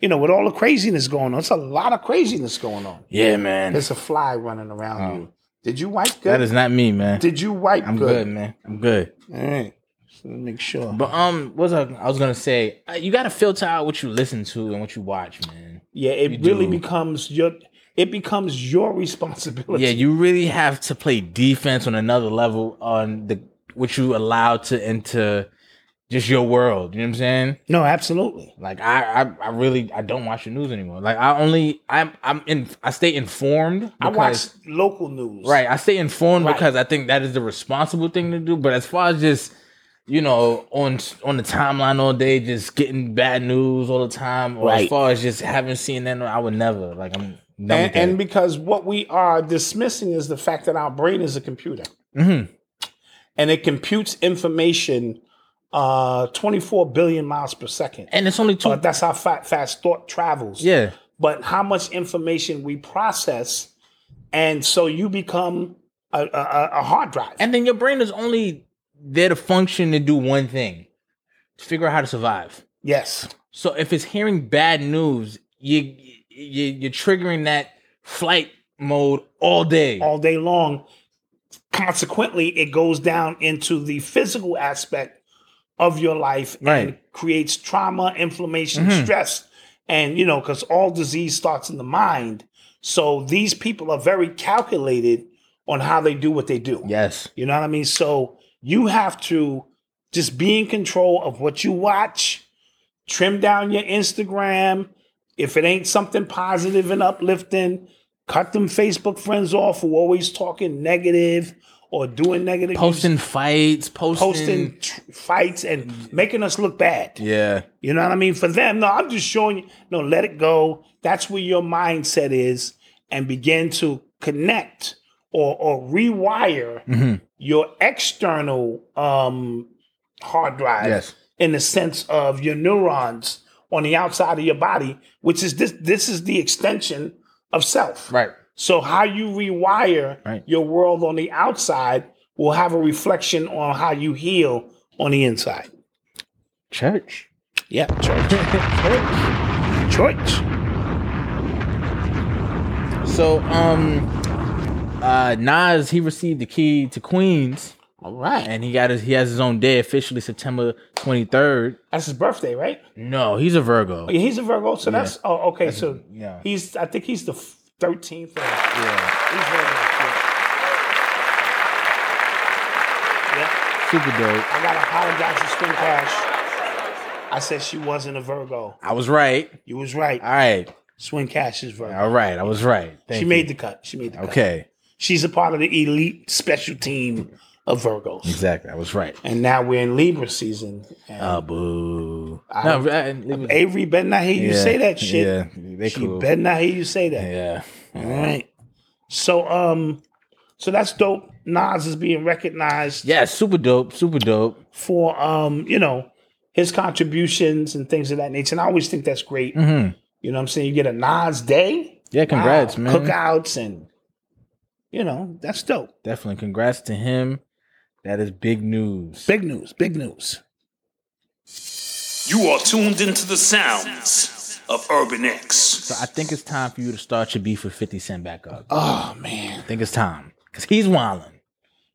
you know with all the craziness going on it's a lot of craziness going on
Yeah, man.
there's a fly running around
Oh.
you did you wipe good
that is not me, man.
did you wipe
I'm good. man. I'm good.
all right so make sure
But um, what's I, I was gonna say? uh, You gotta filter out what you listen to and what you watch, man.
Yeah, it
You
really
do.
becomes your it becomes your responsibility.
Yeah, you really have to play defense on another level on the what you allow to enter just your world. You know what I'm saying?
no, absolutely.
Like I, I, I really I don't watch the news anymore. Like I only I'm I'm in I stay informed.
I watch
because-
local news.
right. I stay informed
Right.
because I think that is the responsible thing to do. But as far as just you know on on the timeline all day, just getting bad news all the time. Or
Right.
as far as just having seen that, I would never like I'm. done with
And,
that.
and because what we are dismissing is the fact that our brain is a computer.
Mhm.
And it computes information uh 24 billion miles per second.
and it's only two.
Uh, that's how fa- fast thought travels.
yeah.
but how much information we process and so you become a, a- a, a hard drive.
And then your brain is only there to function to do one thing to figure out how to survive.
yes.
So if it's hearing bad news, you, you you're triggering that flight mode all day.
all day long. Consequently, it goes down into the physical aspect of your life and
Right.
creates trauma, inflammation, stress. And, you know, because all disease starts in the mind. So these people are very calculated on how they do what they do.
yes.
You know what I mean? So you have to just be in control of what you watch, trim down your Instagram. If it ain't something positive and uplifting, cut them Facebook friends off who always talking negative or doing negative,
Posting fights, posting,
posting tr- fights and making us look bad.
Yeah.
You know what I mean? For them, no, I'm just showing you, no, let it go. That's where your mindset is and begin to connect or, or rewire
Mm-hmm.
your external um, hard drive
Yes.
in the sense of your neurons on the outside of your body, which is this, this is the extension of self.
Right.
So how you rewire
Right.
your world on the outside will have a reflection on how you heal on the inside.
Church.
Yeah, church. church. Church.
So um uh Nas he received the key to Queens
All right.
and he got his he has his own day officially September 23rd.
That's his birthday, right?
No, he's a Virgo.
Oh, Yeah, he's a Virgo, so that's oh okay. So
yeah.
he's I think he's the thirteenth.
Yeah.
He's Virgo. Yeah. yeah.
Super dope.
I gotta apologize to Spin Cash. I said she wasn't a Virgo.
I was right.
You was right.
All right.
Swin Cash is Virgo.
All right. I was right. Thank
she
you.
made the cut. She made the cut.
Okay.
She's a part of the elite special team of Virgos.
Exactly. I was right.
And now we're in Libra season. and
Oh, boo.
I-
no, I- it was-
Avery better not hear you
Yeah,
say that shit.
Yeah, they
She
cool.
better not hear you say that.
Yeah,
All right. So um, so that's dope. Nas is being recognized
yeah, super dope, super dope.
for um, you know, his contributions and things of that nature. And I always think that's great.
Mm-hmm.
You know what I'm saying? You get a Nas Day.
Yeah, congrats,
Wow.
man.
Cookouts and you know, that's dope.
Definitely, congrats to him. That is big news.
Big news, big news.
You are tuned into the sounds of Urban X.
So I think it's time for you to start your beef with 50 Cent back up.
Oh man.
I think it's time because he's wilding.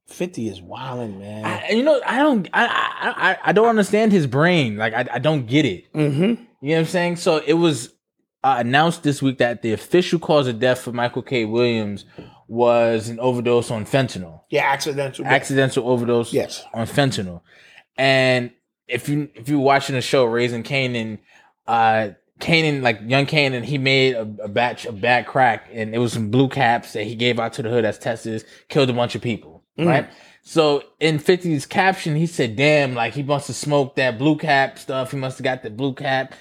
50 is wildin', man.
I, you know, I don't, I, I, I, I don't understand his brain. Like, I, I don't get it.
mm-hmm.
You know what I'm saying? So it was uh, announced this week that the official cause of death for Michael K. Williams was an overdose on fentanyl,
Yeah, accidental.
accidental overdose
Yes.
on fentanyl. And if you if you're watching the show Raising Canaan, uh, Canaan like young Canaan, he made a, a batch of bad crack, and it was some blue caps that he gave out to the hood as testers, killed a bunch of people,
Mm.
right? So in 50's caption, he said, "Damn, like he must have smoked that blue cap stuff. He must have got the blue cap."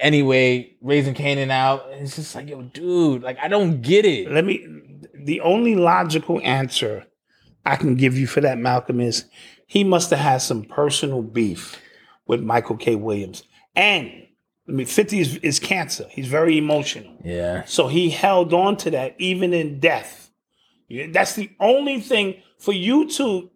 Anyway, raising Canaan out, and it's just like, yo, dude, like I don't get it.
Let me the only logical answer I can give you for that, Malcolm, is he must have had some personal beef with Michael K. Williams. And I mean 50 is, is cancer. He's very emotional.
Yeah,
So he held on to that even in death. Yeah, That's the only thing for you to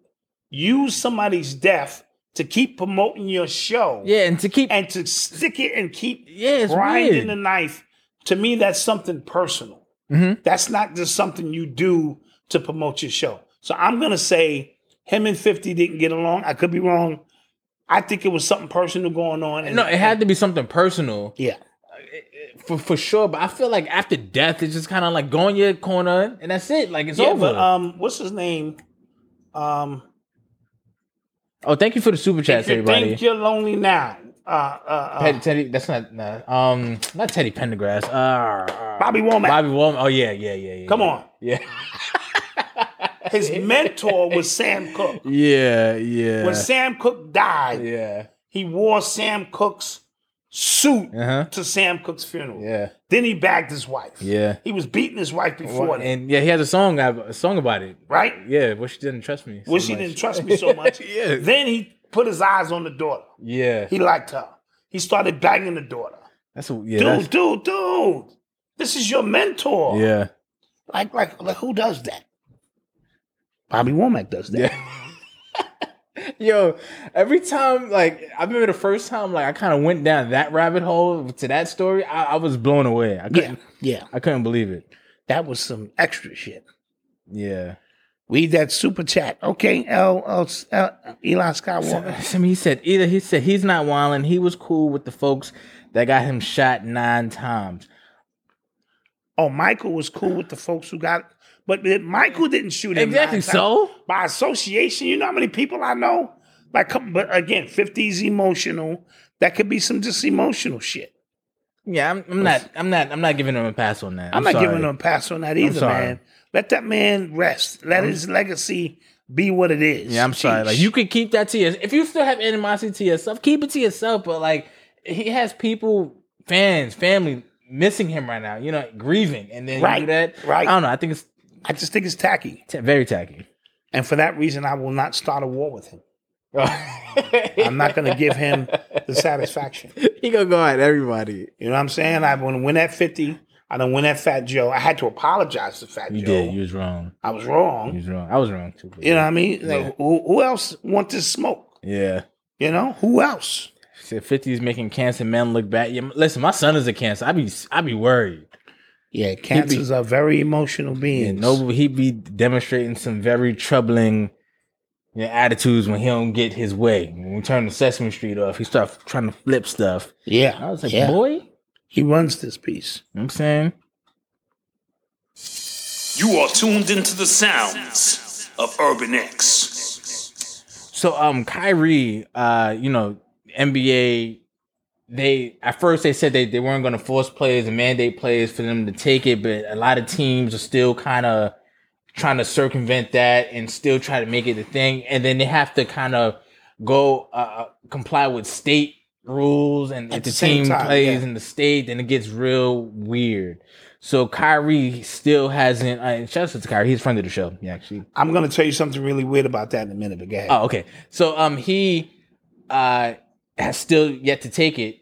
use somebody's death to keep promoting your show
yeah, and to keep,
and to stick it and keep
yeah, it's
grinding
weird.
the knife. To me, that's something personal.
Mhm.
That's not just something you do to promote your show. So I'm gonna say him and 50 didn't get along. I could be wrong. I think it was something personal going on. And,
no, it had to be something personal.
yeah.
for for sure. But I feel like after death, it's just kind of like go in your corner and that's it. Like it's
Yeah,
over.
but um, what's his name? Um,
oh, thank you for the super chats,
if you
everybody.
think you're lonely now, uh, uh, uh,
Ted- Teddy, that's not nah, um not Teddy Pendergrass. Uh, uh,
Bobby Womack.
Bobby Womack. Oh yeah, yeah, yeah, yeah.
Come
yeah.
on.
Yeah,
His mentor was Sam Cook.
yeah, yeah,
When Sam Cook died,
yeah,
he wore Sam Cook's suit
Uh-huh.
to Sam Cook's funeral.
yeah,
Then he bagged his wife.
yeah.
He was beating his wife before that,
And yeah, he has a song a song about it.
right?
Yeah, wish she didn't trust me. so
Wish he
much.
didn't trust me so much.
Yeah.
Then he put his eyes on the daughter.
Yeah,
He liked her. He started banging the daughter.
that's a, yeah,
Dude,
that's,
dude, dude. This is your mentor.
yeah,
Like, like, like, who does that? Bobby Womack does that.
Yeah. Yo, every time, like, I remember the first time, like, I kind of went down that rabbit hole to that story. I, I was blown away. I couldn't,
Yeah, yeah.
I couldn't believe it.
That was some extra shit.
Yeah.
Read that super chat. Okay, L, L, L Elon Skywalker.
I mean, he said either he said he's not wilding. He was cool with the folks that got him shot nine times.
Oh, Michael was cool with the folks who got, but then Michael didn't shoot him.
Exactly.
nine times.
So
by association, you know how many people I know. Like, come- but again, 50's emotional. That could be some just emotional shit.
yeah, I'm, I'm not, I'm not, I'm not giving him a pass on that.
I'm, not
sorry.
giving him a pass on that either,
sorry.
man. Let that man rest. Let his legacy be what it is.
Yeah, I'm sorry.
Jeez.
Like you could keep that to yourself. If you still have animosity to yourself, keep it to yourself. But like he has people, fans, family missing him right now. You know, grieving, and then
Right,
you do that.
right.
I don't know. I think it's
I just think it's tacky,
ta very tacky.
and for that reason, I will not start a war with him. I'm not going to give him the satisfaction.
he gonna go at everybody.
You know what I'm saying? I want to win that 50. I don't win that Fat Joe. I had to apologize to Fat
You
Joe.
did. You was wrong.
I was
You
wrong.
was wrong. I was wrong too.
You know what I mean? Like,
Yeah.
who, who else wants to smoke?
Yeah.
You know who else?
Said fifty is making cancer men look bad. Yeah, listen, my son is a cancer. I be I be worried.
Yeah, cancers are very emotional
Yeah,
beings.
no, he be demonstrating some very troubling yeah, attitudes when he don't get his way. When we turn the Sesame Street off, he starts trying to flip stuff.
yeah,
I was like,
yeah.
boy, you know
he runs this piece.
what I'm saying,
You are tuned into the sounds of Urban X.
so um, Kyrie, uh, you know, NBA, they at first they said they, they weren't going to force players and mandate players for them to take it, but a lot of teams are still kind of trying to circumvent that and still try to make it a thing, and then they have to kind of go uh, uh, comply with state rules and
At
if
the
the,
same
team
time,
plays
yeah.
in the state, then it gets real weird. So Kyrie still hasn't. Uh, and shout out to Kyrie, he's a friend of the show. Yeah, actually.
I'm Oh. gonna tell you something really weird about that in a minute, but go ahead.
Oh, okay. So um he uh has still yet to take it.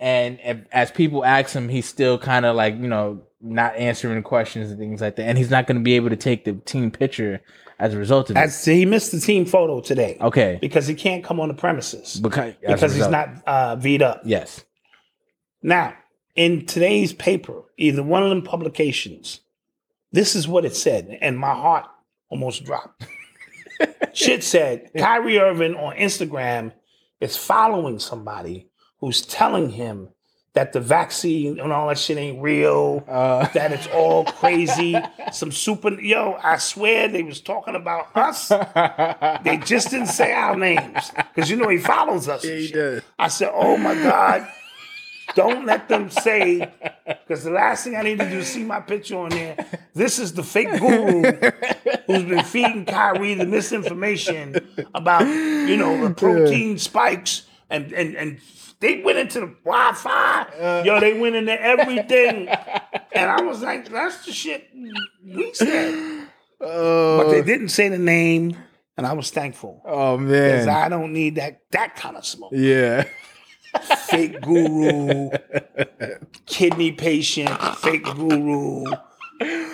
And if- as people ask him, he's still kind of like, you know, not answering questions and things like that. And he's not going to be able to take the team picture as a result of this.
As he missed the team photo today
Okay.
because he can't come on the premises
Because, as a
because he's
result.
not uh, V'd up.
Yes.
Now, in today's paper, either one of them publications, this is what it said, and my heart almost dropped. Shit said Kyrie Irving on Instagram is following somebody who's telling him that the vaccine and all that shit ain't real, that it's all crazy. Some super yo, I swear they was talking about us. they just didn't say our names because you know he follows us. and shit. I said, oh my god. Don't let them say, because the last thing I need to do is see my picture on there. This is the fake guru who's been feeding Kyrie the misinformation about, you know, the protein spikes and and and they went into the Wi-Fi. Yo, they went into everything. And I was like, that's the shit we said. But they didn't say the name, and I was thankful.
Oh,
Because
man.
I don't need that that kind of smoke
Yeah.
fake guru, kidney patient, fake guru,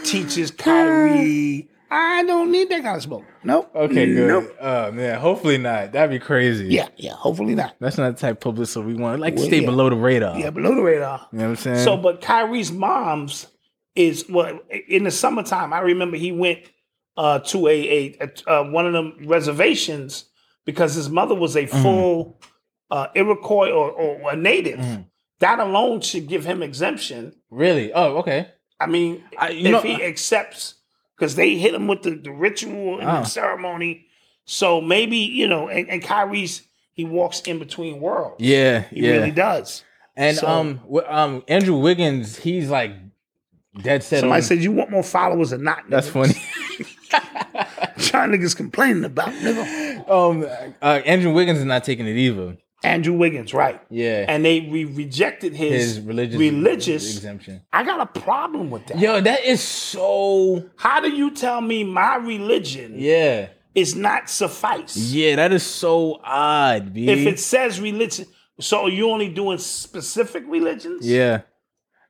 teaches Kyrie. Uh, I don't need that kind of smoke. Nope.
Okay, good.
Nope.
Oh, man. Hopefully not. That'd be crazy.
Yeah, yeah. Hopefully not.
That's not the type of publicity we want. like to
Well,
stay
yeah.
below the radar.
Yeah, below the radar.
You know what I'm saying?
So, but Kyrie's mom's is well in the summertime. I remember he went uh, to a, a, uh, one of them reservations because his mother was a
Mm.
full uh, Iroquois or, or a native.
Mm.
That alone should give him exemption.
really? Oh, okay.
I mean,
I- you
if
know-
he accepts, because they hit him with the, the ritual and
Ah.
the ceremony. So maybe, you know, and, and Kyrie's, he walks in between worlds.
Yeah,
He
yeah.
really does.
and
so-
um, w- um, Andrew Wiggins, he's like dead set.
Somebody
on,
said, You want more followers or not?
um, that's
nigga?"
funny.
Y'all niggas complaining about, nigga.
um, uh, Andrew Wiggins is not taking it either.
Andrew Wiggins, right.
Yeah,
And they re- rejected his,
his religious
religious.
exemption.
I got a problem with that.
Yo, that is so.
How do you tell me my religion
Yeah,
is not suffice?
yeah, that is so odd, b.
If it says religion, so you only doing specific religions?
yeah.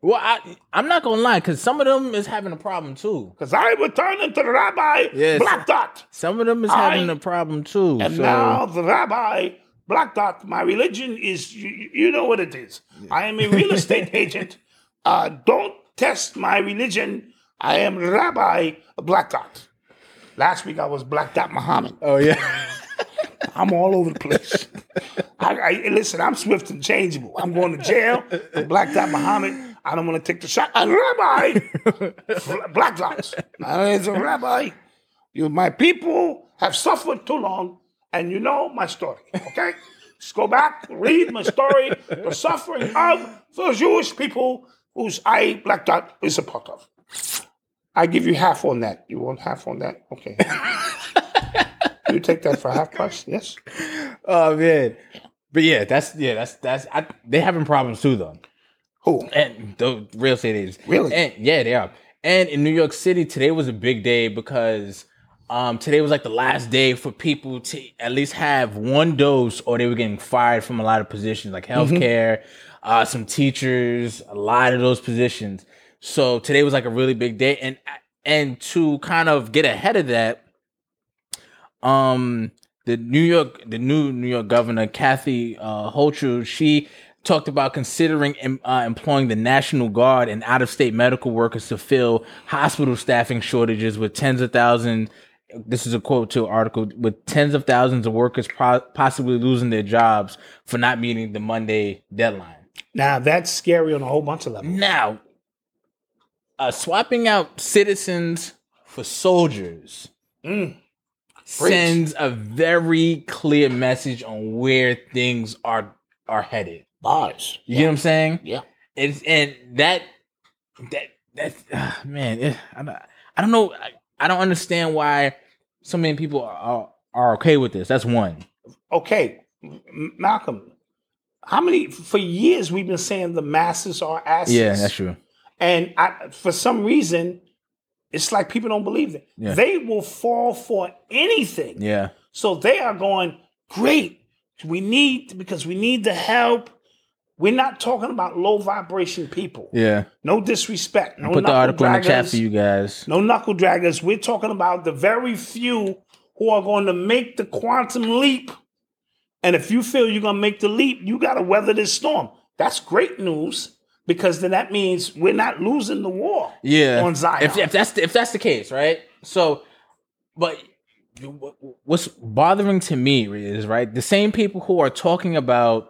Well, I I'm not gonna lie, cause some of them is having a problem too.
Because I would turn into the rabbi,
Yes.
Black Dot.
Some of them is
I-
having a problem too.
And
so-
now the rabbi, Black Dot, my religion is, you, you know what it is. I am a real estate agent. Uh, don't test my religion. I am Rabbi Black Dot. Last week I was Black Dot Muhammad.
oh yeah,
I'm all over the place. I, I- listen, I'm swift and changeable. I'm going to jail. I'm Black Dot Muhammad. I don't want to take the shot. A rabbi, Black Dots. As a rabbi, you, my people have suffered too long, and you know my story. Okay, just go back, read my story, the suffering of the Jewish people, whose I, Black Dot, is a part of. I give you half on that. You want half on that? Okay. you take that for half price? Yes.
oh man. But yeah, that's yeah, that's that's I, they having problems too though.
Who?
and the real estate agents.
Really?
And yeah, they are. And in New York City, today was a big day because um, today was like the last day for people to at least have one dose, or they were getting fired from a lot of positions, like healthcare, uh, some teachers, a lot of those positions. So today was like a really big day, and and to kind of get ahead of that, um, the New York, the new New York governor Kathy uh, Hochul, she talked about considering em- uh, employing the National Guard and out-of-state medical workers to fill hospital staffing shortages with tens of thousands. This is a quote to an article with tens of thousands of workers pro- possibly losing their jobs for not meeting the Monday deadline.
Now that's scary on a whole bunch of levels.
Now, uh, swapping out citizens for soldiers sends a very clear message on where things are are headed.
Bars.
You get what I'm saying?
Yeah.
It's and that that that's ah, man. It, I, don't- I don't know. I, I don't understand why so many people are, are are okay with this. That's one.
Okay, M- Malcolm. How many for years we've been saying the masses are asses.
Yeah, that's true.
And I, for some reason, it's like people don't believe it.
Yeah.
They will fall for anything.
Yeah,
So they are going great. We need because we need the help. We're not talking about low vibration people.
Yeah.
No disrespect. No
Put the
knuckle
article in the chat
draggers.
for you guys.
No knuckle draggers. We're talking about the very few who are going to make the quantum leap. And if you feel you're going to make the leap, you got to weather this storm. That's great news because then that means we're not losing the war.
Yeah.
on Zion.
If, if that's the, if that's the case, right? So, but wh- wh- what's bothering to me is right the same people who are talking about.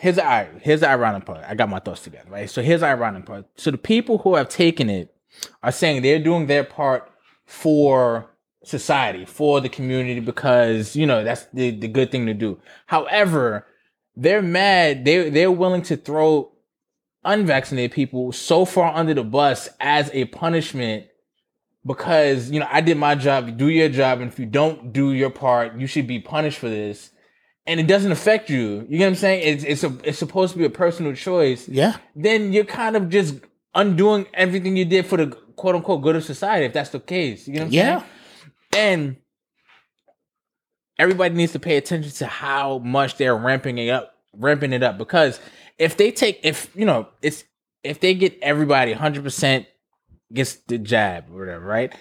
Here's the ir- here's the ironic part. I got my thoughts together, right? So here's the ironic part. So the people who have taken it are saying they're doing their part for society, for the community, because you know that's the, the good thing to do. However, they're mad. They they're willing to throw unvaccinated people so far under the bus as a punishment because you know I did my job, do your job, and if you don't do your part, you should be punished for this. And it doesn't affect you. You get what I'm saying? It's it's a, it's supposed to be a personal choice.
Yeah.
Then you're kind of just undoing everything you did for the quote unquote good of society, if that's the case. You know what I'm
Yeah.
saying? And everybody needs to pay attention to how much they're ramping it up, ramping it up. Because if they take, if you know, it's if they get everybody 100 percent gets the jab or whatever, right?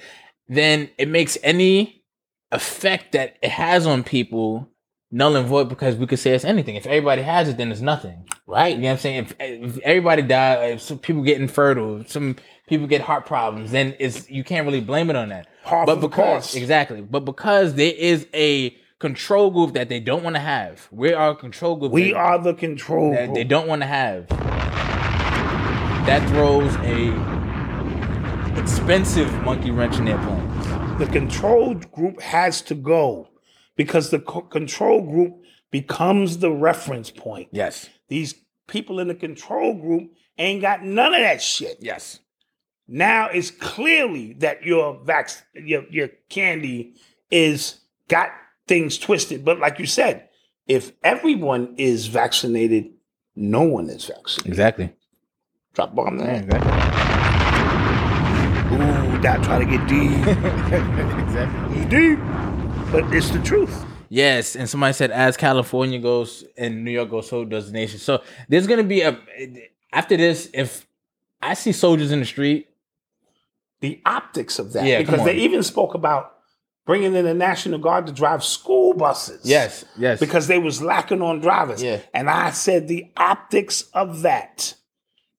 Then it makes any effect that it has on people null and void because we could say it's anything. If everybody has it, then it's nothing. Right. You know what I'm saying? If, if everybody dies, if some people get infertile, some people get heart problems, then it's you can't really blame it on that.
Par for the
because
course.
exactly, but because there is a control group that they don't want to have. We are a control group.
We
that-
are the control.
that they
group.
don't want to have. That throws a expensive monkey wrench in their plans.
the control group has to go because the co- control group becomes the reference point.
Yes.
These people in the control group ain't got none of that shit.
Yes.
Now it's clearly that your vax, your your candy is got things twisted. But like you said, if everyone is vaccinated, no one is vaccinated.
Exactly.
Drop bomb there. Ooh, that try to get deep,
exactly.
deep. But it's the truth.
Yes, and somebody said as California goes and New York goes, so does the nation. So there's gonna be a after this, if I see soldiers in the street,
the optics of that
Yeah, come
because
on.
they even spoke about bringing in the National Guard to drive school buses.
yes, yes,
Because they was lacking on drivers.
Yeah.
And I said the optics of that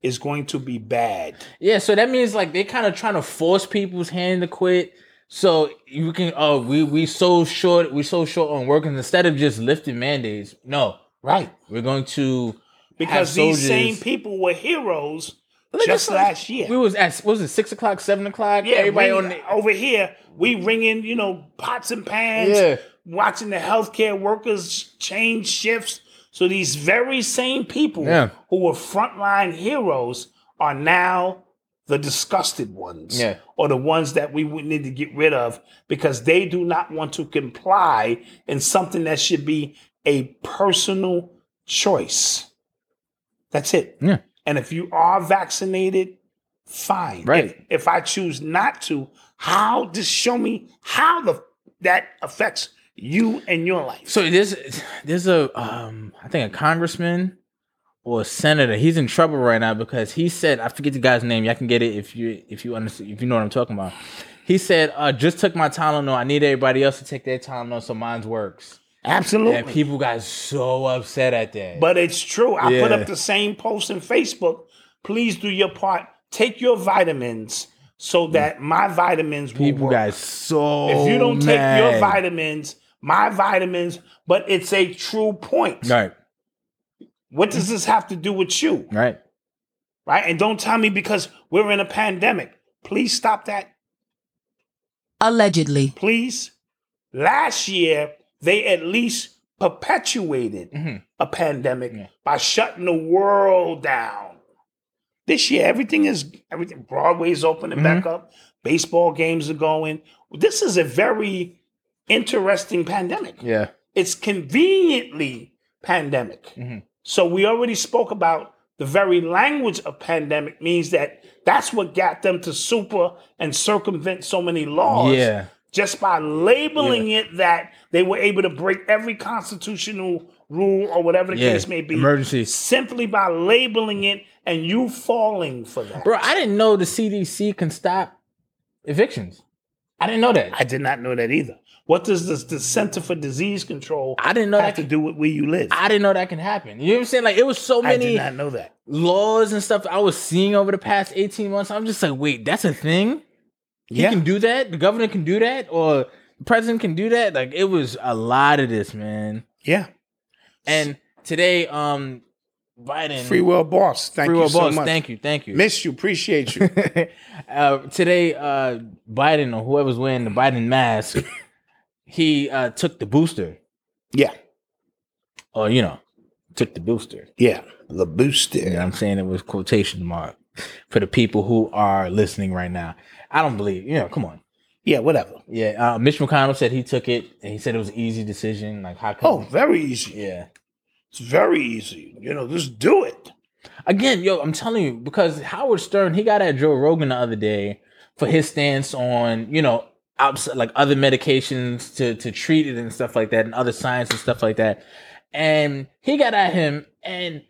is going to be bad.
Yeah, so that means like they're kind of trying to force people's hand to quit. So you can oh we we so short we so short on workers instead of just lifting mandates. No,
Right.
we're going to
Because
Have
these
soldiers-
same people were heroes
Look,
just
it's like-
last year.
we was at what was it six o'clock seven o'clock
yeah,
everybody
we-
on the,
over here, we ringing, you know, pots and pans,
Yeah.
watching the healthcare workers change shifts. So these very same people
Yeah.
who were frontline heroes are now the disgusted ones,
Yeah.
or the ones that we would need to get rid of because they do not want to comply in something that should be a personal choice. That's it.
Yeah.
And if you are vaccinated, fine.
Right.
If, if I choose not to, how just show me how the that affects you and your life.
So there's there's a um I think a congressman or a senator. He's in trouble right now because he said I forget the guy's name. Y'all can get it if you if you understand if you know what I'm talking about. He said, uh, "Just took my Tylenol. I need everybody else to take their Tylenol, so mine works."
Absolutely.
And people got so upset at that.
but it's true. I put
Yeah.
up the same post in Facebook. Please do your part. Take your vitamins so that my vitamins will
Mm. people oh,
work.
got so
if you don't
mad.
take your vitamins, my vitamins, but it's a true point.
right,
What does this have to do with you?
right,
right? And don't tell me because we're in a pandemic. Please stop that.
Allegedly.
Please. Last year, they at least perpetuated
Mhm.
a pandemic
Yeah.
by shutting the world down. This year, everything is everything. Broadway's opening back up. Baseball games are going. This is a very interesting pandemic.
yeah,
It's conveniently pandemic.
Mhm.
So we already spoke about the very language of pandemic means that that's what got them to super and circumvent so many laws
yeah.
just by labeling it that they were able to break every constitutional rule or whatever the
Yeah,
case may be.
emergency.
Simply by labeling it and you falling for that.
Bro, I didn't know the CDC can stop evictions. I didn't know that.
I did not know that either. What does this, the Center for Disease Control
I didn't know
have
that
to do with where you live?
I didn't know that can happen. You know what I'm saying? Like it was so
I did
many
not know that.
laws and stuff I was seeing over the past 18 months. I'm just like, wait, that's a thing? He
Yeah.
can do that? The governor can do that? Or the president can do that? Like it was a lot of this, man.
Yeah.
And today, um Biden
Free Will Boss. Thank
Free
you
Will
so
boss.
much.
Thank you, thank you.
Miss you. Appreciate you.
uh, today, uh, Biden or whoever's wearing the Biden mask, he uh, took the booster,
yeah.
or you know, took the booster.
Yeah. The booster.
You know what I'm saying? It was quotation mark for the people who are listening right now. I don't believe. You know, come on.
Yeah, whatever.
Yeah, uh, Mitch McConnell said he took it, and he said it was an easy decision. Like how? Come
Oh, very easy.
yeah.
It's very easy. You know, just do it.
Again, yo, I'm telling you because Howard Stern he got at Joe Rogan the other day for his stance on you know outside like other medications to to treat it and stuff like that and other science and stuff like that, and he got at him and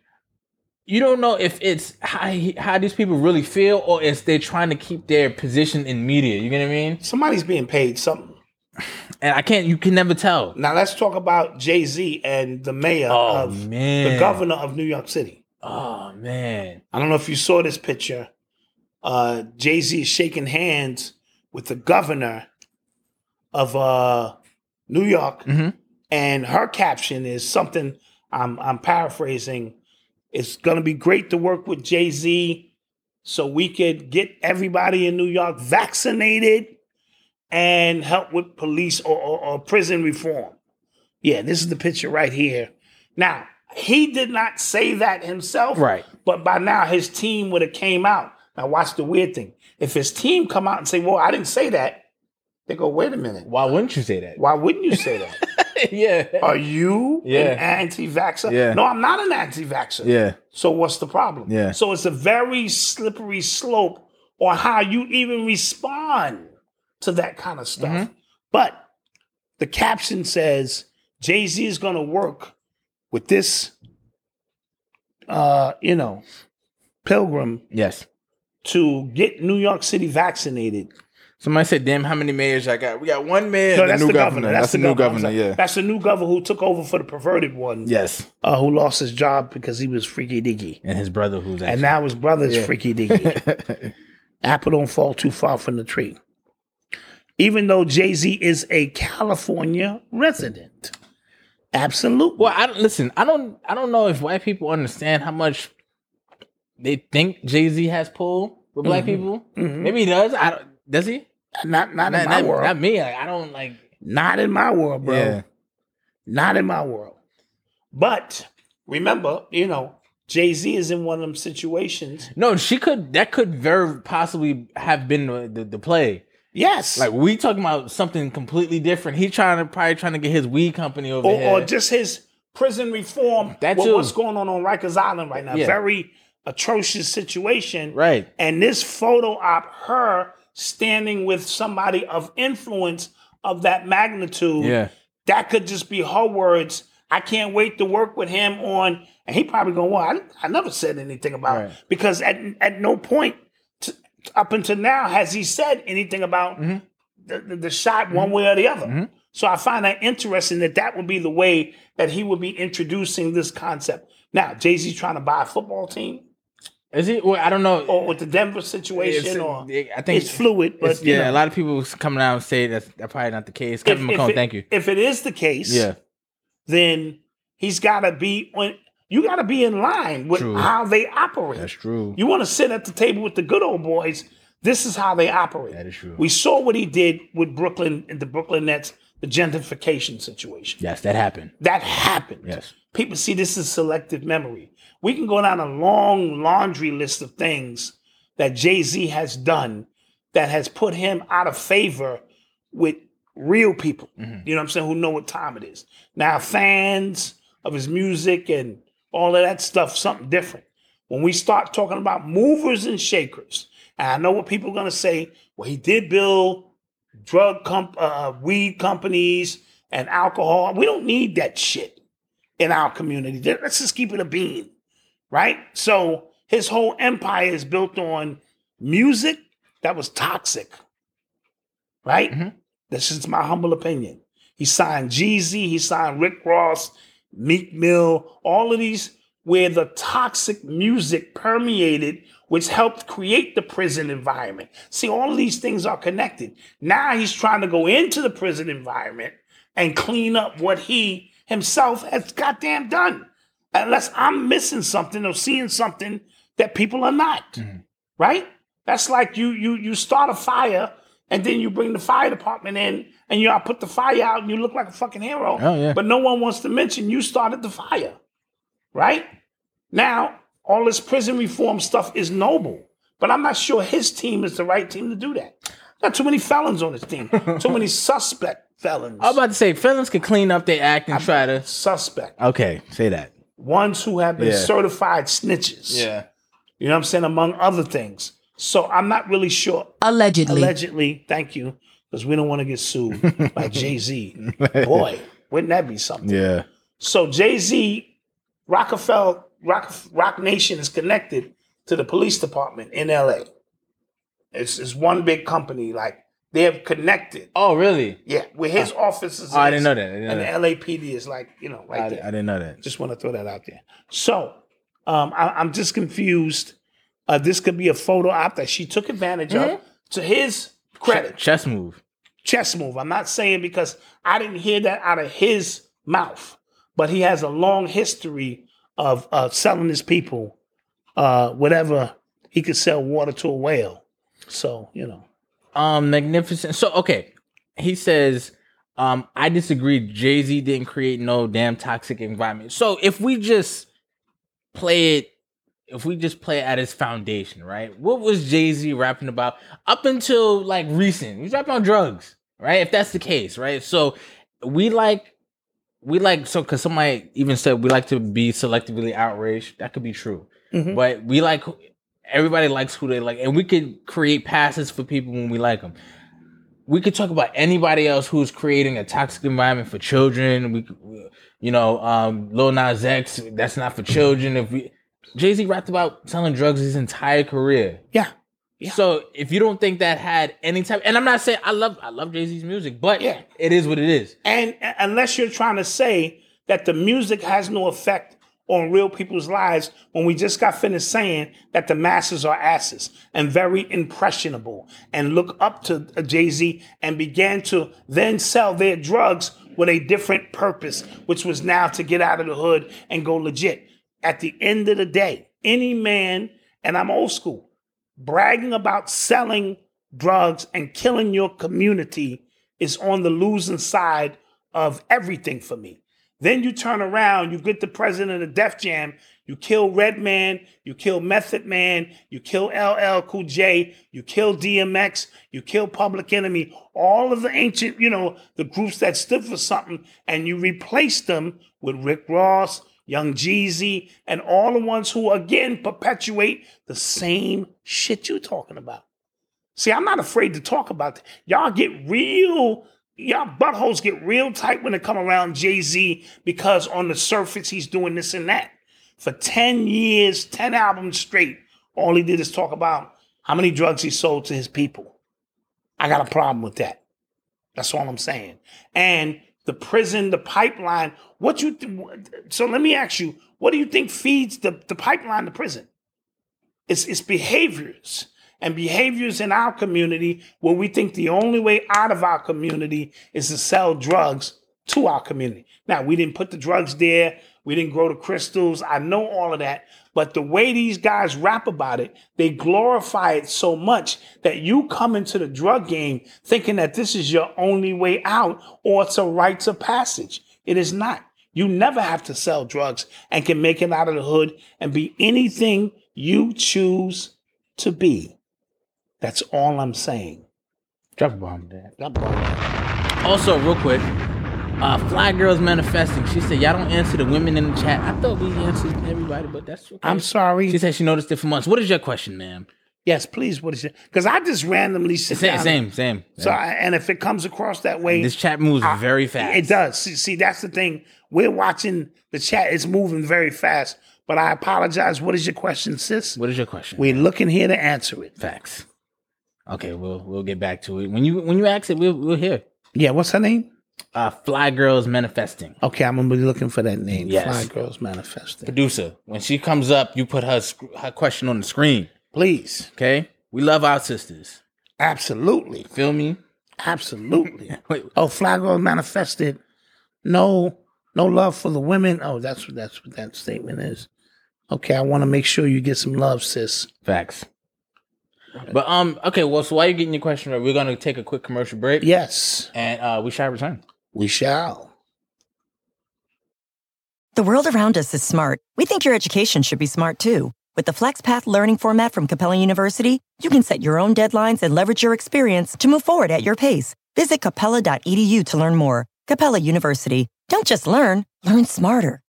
you don't know if it's how he, how these people really feel or if they're trying to keep their position in media. You know what I mean?
Somebody's being paid something.
And I can't. You can never tell.
Now let's talk about Jay Z and the mayor
Oh,
of
man.
the governor of New York City.
Oh man.
I don't know if you saw this picture. Uh, Jay Z is shaking hands with the governor of uh, New York, and her caption is something I'm I'm paraphrasing. It's gonna be great to work with Jay Z, so we could get everybody in New York vaccinated and help with police or, or, or prison reform. Yeah, this is the picture right here. Now he did not say that himself,
Right.
but by now his team would have came out. Now watch the weird thing. If his team come out and say, "Well, I didn't say that," they go, "Wait a minute.
Why wouldn't you say that?
Why wouldn't you say that?
yeah.
Are you
Yeah.
an anti-vaxxer?
Yeah.
No, I'm not an anti-vaxxer.
Yeah.
So what's the problem?
Yeah.
So it's a very slippery slope on how you even respond to that kind of stuff.
Mm-hmm.
But the caption says Jay Z is going to work with this, uh, you know, pilgrim
Yes.
to get New York City vaccinated.
Somebody said, "Damn, how many mayors I got? We got one mayor,
No,
and a
that's
new
the
governor. That's, a
the
new
I'm
governor.
sorry.
Yeah,
That's the new governor who took over for the perverted one
yes."
uh, who lost his job because he was freaky diggy.
And his brother, who's
And
actually
now his brother's freaky diggy. Apple don't fall too far from the tree. Even though Jay Z is a California resident. Absolutely.
well, I don't listen. I don't. I don't know if white people understand how much they think Jay Z has pull with black
Mm-hmm.
people. Maybe he does. I don't, does he?
Not, not,
Not,
in my
not-
world.
not me. Like, I don't like.
Not in my world, bro.
Yeah.
Not in my world. But remember, you know, Jay Z is in one of them situations.
No, she could. That could very possibly have been the, the, the play.
Yes.
Like we talking about something completely different. He trying to probably trying to get his weed company over
or,
here.
or just his prison reform.
That
with
too.
What's going on on Rikers Island right now?
Yeah.
Very atrocious situation.
Right.
And this photo op, her standing with somebody of influence of that magnitude.
yeah.
That could just be her words. I can't wait to work with him on. And he probably going, well, I, I never said anything about
Right.
it because at at no point t- up until now has he said anything about
Mm-hmm.
the, the, the shot one way or the other. So I find that interesting that that would be the way that he would be introducing this concept. Now Jay Z trying to buy a football team
Is he? Well, I don't know.
or with the Denver situation,
It's-
or
I think
it's fluid. But
It's-
you
yeah,
know,
a lot of people was coming out and say that's, that's probably not the case. Kevin McCone,
it,
thank you.
If it is the case,
Yeah,
then he's got to be on. You got to be in line with
True.
how they operate.
that's true.
You want to sit at the table with the good old boys. This is how they operate.
That is true.
We saw what he did with Brooklyn and the Brooklyn Nets, the gentrification situation.
yes, that happened.
That happened.
Yes.
People see this is selective memory. We can go down a long laundry list of things that Jay Z has done that has put him out of favor with real people. You know what I'm saying? Who know what time it is. Now, fans of his music and all of that stuff, something different. When we start talking about movers and shakers, and I know what people are going to say, well, he did build drug comp- uh, weed companies and alcohol. We don't need that shit in our community. Th- Let's just keep it a bean, right? So his whole empire is built on music that was toxic, right?
Mhm.
This is my humble opinion. He signed Jeezy, he signed Rick Ross, Meek Mill, all of these where the toxic music permeated, which helped create the prison environment. See, all of these things are connected. Now he's trying to go into the prison environment and clean up what he himself has goddamn done. Unless I'm missing something or seeing something that people are not.
Mm-hmm.
Right? That's like you you you start a fire and then you bring the fire department in and you all put the fire out and you look like a fucking hero.
Oh, yeah.
But no one wants to mention you started the fire. Right? Now, all this prison reform stuff is noble, but I'm not sure his team is the right team to do that. Not too many felons on his team. Too many suspect felons.
I'm about to say felons can clean up their act and try to.
suspect.
Okay, say that.
Ones who have been
Yeah.
certified snitches. You know what I'm saying? Among other things. So I'm not really sure.
Allegedly.
Allegedly, thank you, because we don't want to get sued by Jay Z. Boy, wouldn't that be something?
Yeah.
So Jay Z, Rockefeller, Rock, Rock Nation is connected to the police department in L.A. It's, it's one big company. Like they're connected.
Oh, really?
Yeah, where his office is.
Oh, I
is,
didn't know that. I didn't know
And the
that.
LAPD is like you know right
I,
there.
I didn't know that.
Just want to throw that out there. So um, I, I'm just confused. Uh, this could be a photo op that she took advantage of. To his credit,
Chess move.
chess move. I'm not saying because I didn't hear that out of his mouth, but he has a long history of uh, selling his people uh, whatever he could sell water to a whale. So you know,
Um, magnificent. So okay, he says, um, I disagree. Jay Z didn't create no damn toxic environment. So if we just play it, if we just play it at its foundation, right? What was Jay Z rapping about up until like recent? He was rapping on drugs, right? If that's the case, right? So we like. We like so because somebody even said we like to be selectively outraged. That could be true, but we like everybody likes who they like, and we could create passes for people when we like them. We could talk about anybody else who's creating a toxic environment for children. We, could- you know, um, Lil Nas X, that's not for children. If we, Jay Z rapped about selling drugs his entire career.
yeah,
So if you don't think that had any type, and I'm not saying I love I love Jay Z's music, but
Yeah.
it is what it is.
And uh, unless you're trying to say that the music has no effect on real people's lives, when we just got finished saying that the masses are asses and very impressionable and look up to Jay Z and began to then sell their drugs with a different purpose, which was now to get out of the hood and go legit. At the end of the day, any man, and I'm old school, bragging about selling drugs and killing your community is on the losing side of everything for me. Then you turn around, you get the president of Def Jam, you kill Redman, you kill Method Man, you kill LL Cool J, you kill DMX, you kill Public Enemy, all of the ancient, you know, the groups that stood for something, and you replace them with Rick Ross, Young Jeezy, and all the ones who again perpetuate the same shit you're talking about. See, I'm not afraid to talk about that. Y'all get real, y'all buttholes get real tight when it come around Jay-Z because on the surface he's doing this and that. For 10 years, 10 albums straight, all he did is talk about how many drugs he sold to his people. I got a problem with that. That's all I'm saying. And the prison, the pipeline, what you th- so let me ask you, what do you think feeds the, the pipeline to prison? It's it's behaviors and behaviors in our community where we think the only way out of our community is to sell drugs to our community. Now we didn't put the drugs there, we didn't grow the crystals. I know all of that, but the way these guys rap about it, they glorify it so much that you come into the drug game thinking that this is your only way out or it's a rites of passage. It is not. You never have to sell drugs and can make it out of the hood and be anything you choose to be. That's all I'm saying.
Drop a bomb, Dad.
That boy-
Also, real quick, uh, Fly Girls Manifesting. She said, Y'all don't answer the women in the chat. I thought we answered everybody, but that's okay.
I'm sorry.
She said she noticed it for months. What is your question, ma'am?
Yes, please. What is it? Because I just randomly sit
Same,
down.
same, same.
So, I, and if it comes across that way,
this chat moves
I-
very fast.
It does. See, see, that's the thing. We're watching the chat. It's moving very fast. But I apologize. What is your question, sis?
What is your question?
We're looking here to answer it.
Facts. Okay, we'll we'll get back to it when you when you ask it. We'll we'll hear.
Yeah, what's her name?
Uh, Fly Girls Manifesting
Okay, I'm gonna be looking for that name.
Yes.
Fly Girls Manifesting.
producer. When she comes up, you put her sc- her question on the screen.
Please.
Okay, we love our sisters.
Absolutely.
Feel me?
Absolutely.
Wait,
Oh, Fly Girls Manifested. No, no love for the women. Oh, that's what that's what that statement is. Okay, I want to make sure you get some love, sis.
facts. But um, okay. Well, so while you're getting your question right, we're gonna take a quick commercial break.
Yes,
and uh, we shall return.
we shall.
The world around us is smart. We think your education should be smart too. With the FlexPath learning format from Capella University, you can set your own deadlines and leverage your experience to move forward at your pace. Visit capella.edu to learn more. Capella University. Don't just learn, learn smarter.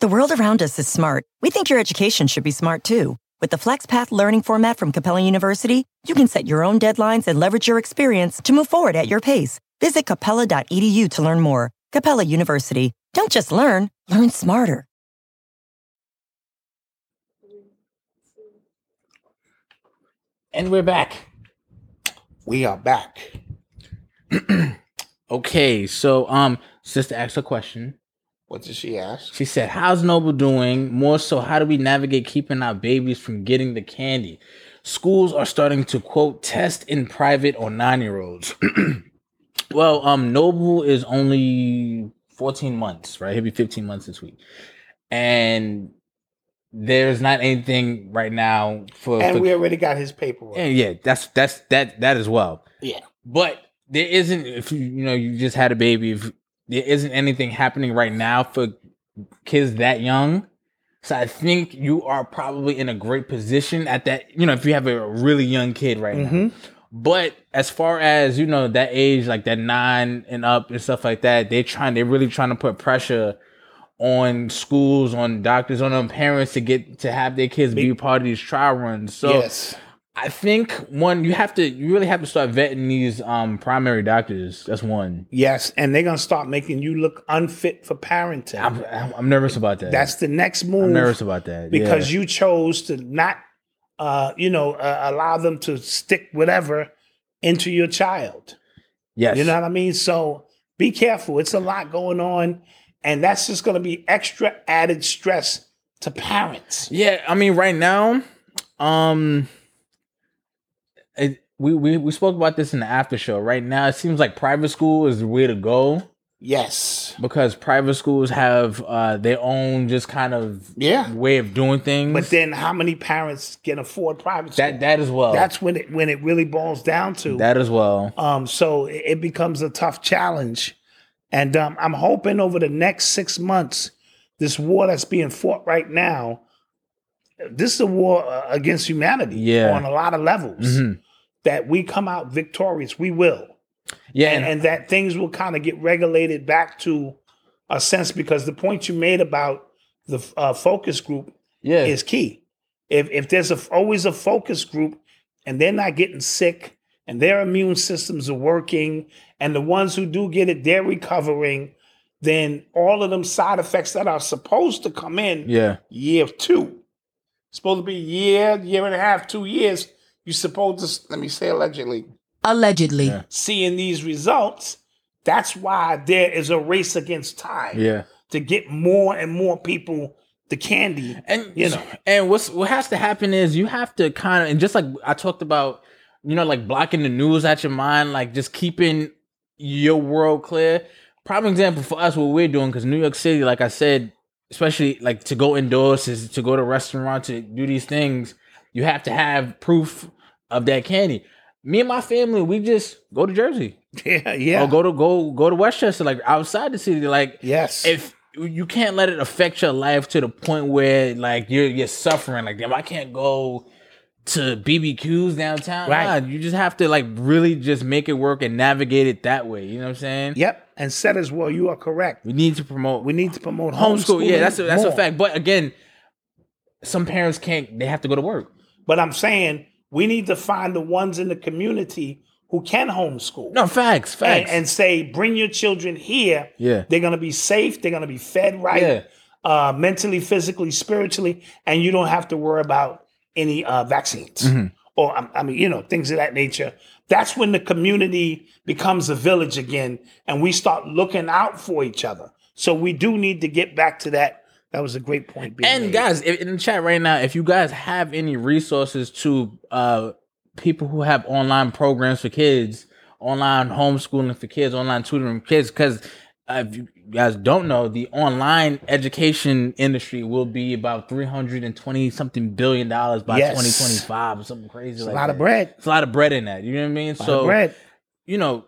The world around us is smart. We think your education should be smart too. With the FlexPath learning format from Capella University, you can set your own deadlines and leverage your experience to move forward at your pace. Visit capella.edu to learn more. Capella University. Don't just learn, learn smarter.
And we're back.
We are back.
Okay, so um, sister asked a question.
What did she ask?
She said, "How's Noble doing? More so, how do we navigate keeping our babies from getting the candy? Schools are starting to quote test in private on nine-year-olds. well, um, Noble is only fourteen months, right? He'll be fifteen months this week, and there's not anything right now for.
And
for-
we already got his paperwork.
yeah, yeah, that's that's that that as well.
Yeah.
But there isn't if you you know you just had a baby if there isn't anything happening right now for kids that young. So I think you are probably in a great position at that, you know, if you have a really young kid right now.
Mhm.
But as far as, you know, that age, like that nine and up and stuff like that, they're trying they're really trying to put pressure on schools, on doctors, on, on parents to get to have their kids be part of these trial runs. So
yes.
I think one you have to you really have to start vetting these um primary doctors. That's one.
Yes. And they're gonna start making you look unfit for parenting.
I'm, I'm I'm nervous about that.
That's the next move.
I'm nervous about that
because
yeah.
you chose to not, uh, you know, uh, allow them to stick whatever into your child.
yes
You know what I mean? So be careful. It's a lot going on, and that's just going to be extra added stress to parents.
yeah. I mean right now, um, it, we we we spoke about this in the after show. Right now, it seems like private school is the way to go
Yes.
because private schools have uh their own just kind of
Yeah.
way of doing things.
But then, how many parents can afford private school?
that that as well.
that's when it when it really boils down to.
that as well.
Um, so it, it becomes a tough challenge. And um, I'm hoping over the next six months, this war that's being fought right now, this is a war uh, against humanity
Yeah.
on a lot of levels.
Mhm.
That we come out victorious, we will.
Yeah,
And, and that things will kind of get regulated back to a sense because the point you made about the uh, focus group
yeah.
is key. If if there's a, always a focus group and they're not getting sick and their immune systems are working and the ones who do get it they're recovering, then all of them side effects that are supposed to come in
yeah.
year two, supposed to be year year and a half two years, you're supposed to s- let me say allegedly
Allegedly.
Yeah.
seeing these results. That's why there is a race against time
Yeah.
to get more and more people the candy.
and
you know.
and what's what has to happen is you have to kind of and just like i talked about you know like blocking the news out your mind like just keeping your world clear prime example for us what we're doing because new york city like i said especially like to go indoors is to go to restaurant to do these things you have to have proof of that candy me and my family we just go to jersey
Yeah, yeah.
or go to go go to westchester like outside the city like
Yes.
if you can't let it affect your life to the point where like you're you're suffering like damn I can't go to BBQs downtown.
Right.
Nah, you just have to like really just make it work and navigate it that way. You know what I'm saying?
yep. And said as well, you are correct.
We need to promote
We need to promote
homeschool.
homeschooling
Yeah, that's a, that's a
more.
fact. But again, some parents can't. They have to go to work.
But I'm saying we need to find the ones in the community who can homeschool.
No facts,
And,
facts.
and say, bring your children here.
Yeah.
They're going to be safe. They're going to be fed right,
Yeah.
uh, mentally, physically, spiritually, and you don't have to worry about any uh, vaccines
Mm-hmm.
or, um, I mean, you know, things of that nature. That's when the community becomes a village again and we start looking out for each other. So we do need to get back to that. That was a great point. Being
And
made.
guys, if, in the chat right now, if you guys have any resources to uh people who have online programs for kids, online homeschooling for kids, online tutoring for kids, because uh, if you guys don't know, the online education industry will be about three hundred and twenty something billion dollars by
Yes.
twenty twenty five or something crazy.
it's a
like
lot
that.
of bread.
It's a lot of bread in that. You know what I mean?
A lot
so
of bread.
you know,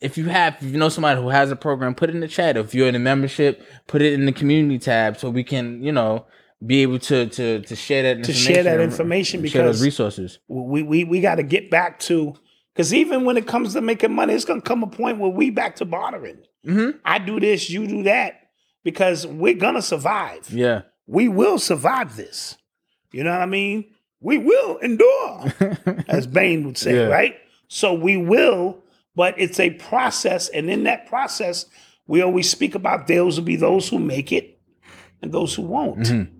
if you have, if you know somebody who has a program, put it in the chat. If you're in a membership, put it in the community tab so we can, you know, be able to to to share that
To
information
share that
and-
information
and share those
because-
resources.
we we we got to get back to because even when it comes to making money, it's gonna come a point where we back to bartering. I do this, you do that, because we're gonna survive.
Yeah,
We will survive this. You know what I mean? We will endure, as Bain would say,
Yeah.
right? So we will, but it's a process, and in that process, we always speak about there will be those who make it and those who won't.
Mm-hmm.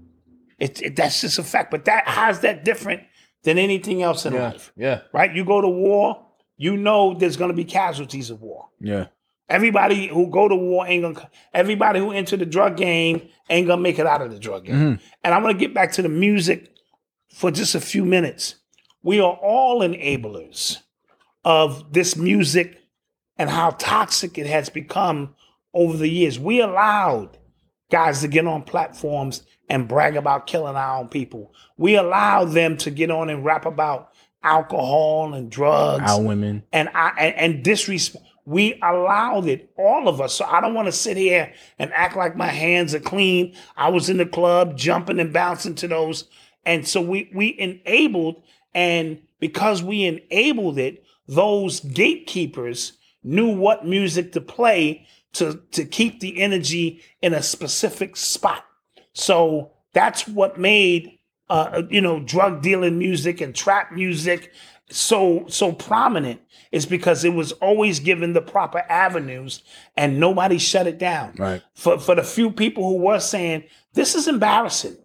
It, it- that's just a fact. But that how's that different than anything else in
yeah,
life?
yeah,
right? You go to war, you know there's going to be casualties of war.
yeah.
Everybody who go to war ain't gonna. Everybody who enter the drug game ain't gonna make it out of the drug game. And I want to get back to the music for just a few minutes. We are all enablers of this music and how toxic it has become over the years. We allowed guys to get on platforms and brag about killing our own people. We allowed them to get on and rap about alcohol and drugs
Our women.
and I and, and disrespect. We allowed it, all of us. So I don't want to sit here and act like my hands are clean. I was in the club jumping and bouncing to those, and so we we enabled, and because we enabled it, those gatekeepers knew what music to play to to keep the energy in a specific spot. So that's what made uh, you know drug dealing music and trap music so so prominent is because it was always given the proper avenues and nobody shut it down.
Right.
For for the few people who were saying this is embarrassing,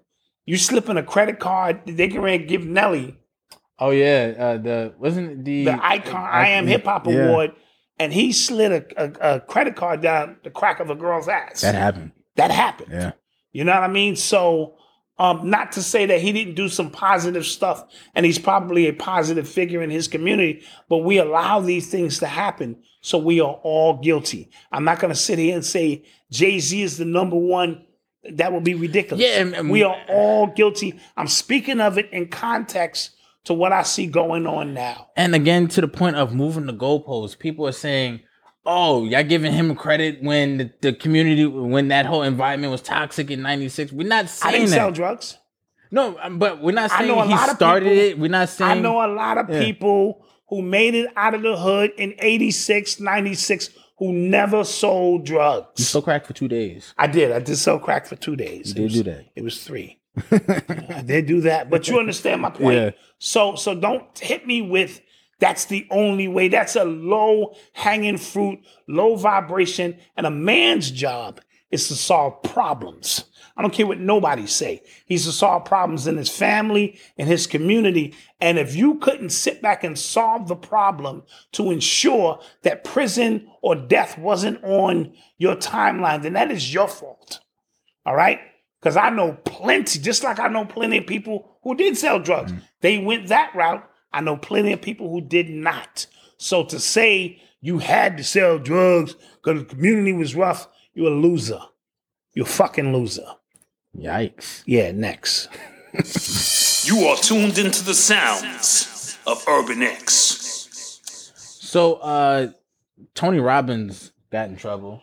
you slip in a credit card, they can really give Nelly
Oh yeah, uh, the wasn't the
the icon I am hip hop
Yeah.
award, and he slid a, a, a credit card down the crack of a girl's ass.
that happened.
that happened.
Yeah.
You know what I mean? So, um, not to say that he didn't do some positive stuff, and he's probably a positive figure in his community, but we allow these things to happen. So we are all guilty. I'm not going to sit here and say Jay Z is the number one. That would be ridiculous.
Yeah, and- and-
we are all guilty. I'm speaking of it in context to what I see going on now.
And again, to the point of moving the goalposts, people are saying, "Oh, y'all giving him credit when the, the community, when that whole environment was toxic in '96." We're not
I
saying
didn't
that.
sell drugs.
No, um, but we're not
I
saying
know a
he
lot of
started
people-
it. We're not saying.
I know a lot of
Yeah.
people who made it out of the hood in 86, 96 who never sold drugs.
You still crack for two days.
I did. I did sell crack for two days.
did
it was,
do that.
It was three. I did do that. But you understand my point.
Yeah.
So so don't hit me with that's the only way. That's a low hanging fruit, low vibration, and a man's job is to solve problems. I don't care what nobody say. He's to solve problems in his family, in his community, and if you couldn't sit back and solve the problem to ensure that prison or death wasn't on your timeline, then that is your fault. All right? Because I know plenty, just like I know plenty of people who did sell drugs. They went that route. I know plenty of people who did not. So to say you had to sell drugs because the community was rough, you're a loser. You're a fucking loser.
Yikes.
Yeah, next.
You are tuned into the sounds of Urban X.
So uh Tony Robbins got in trouble.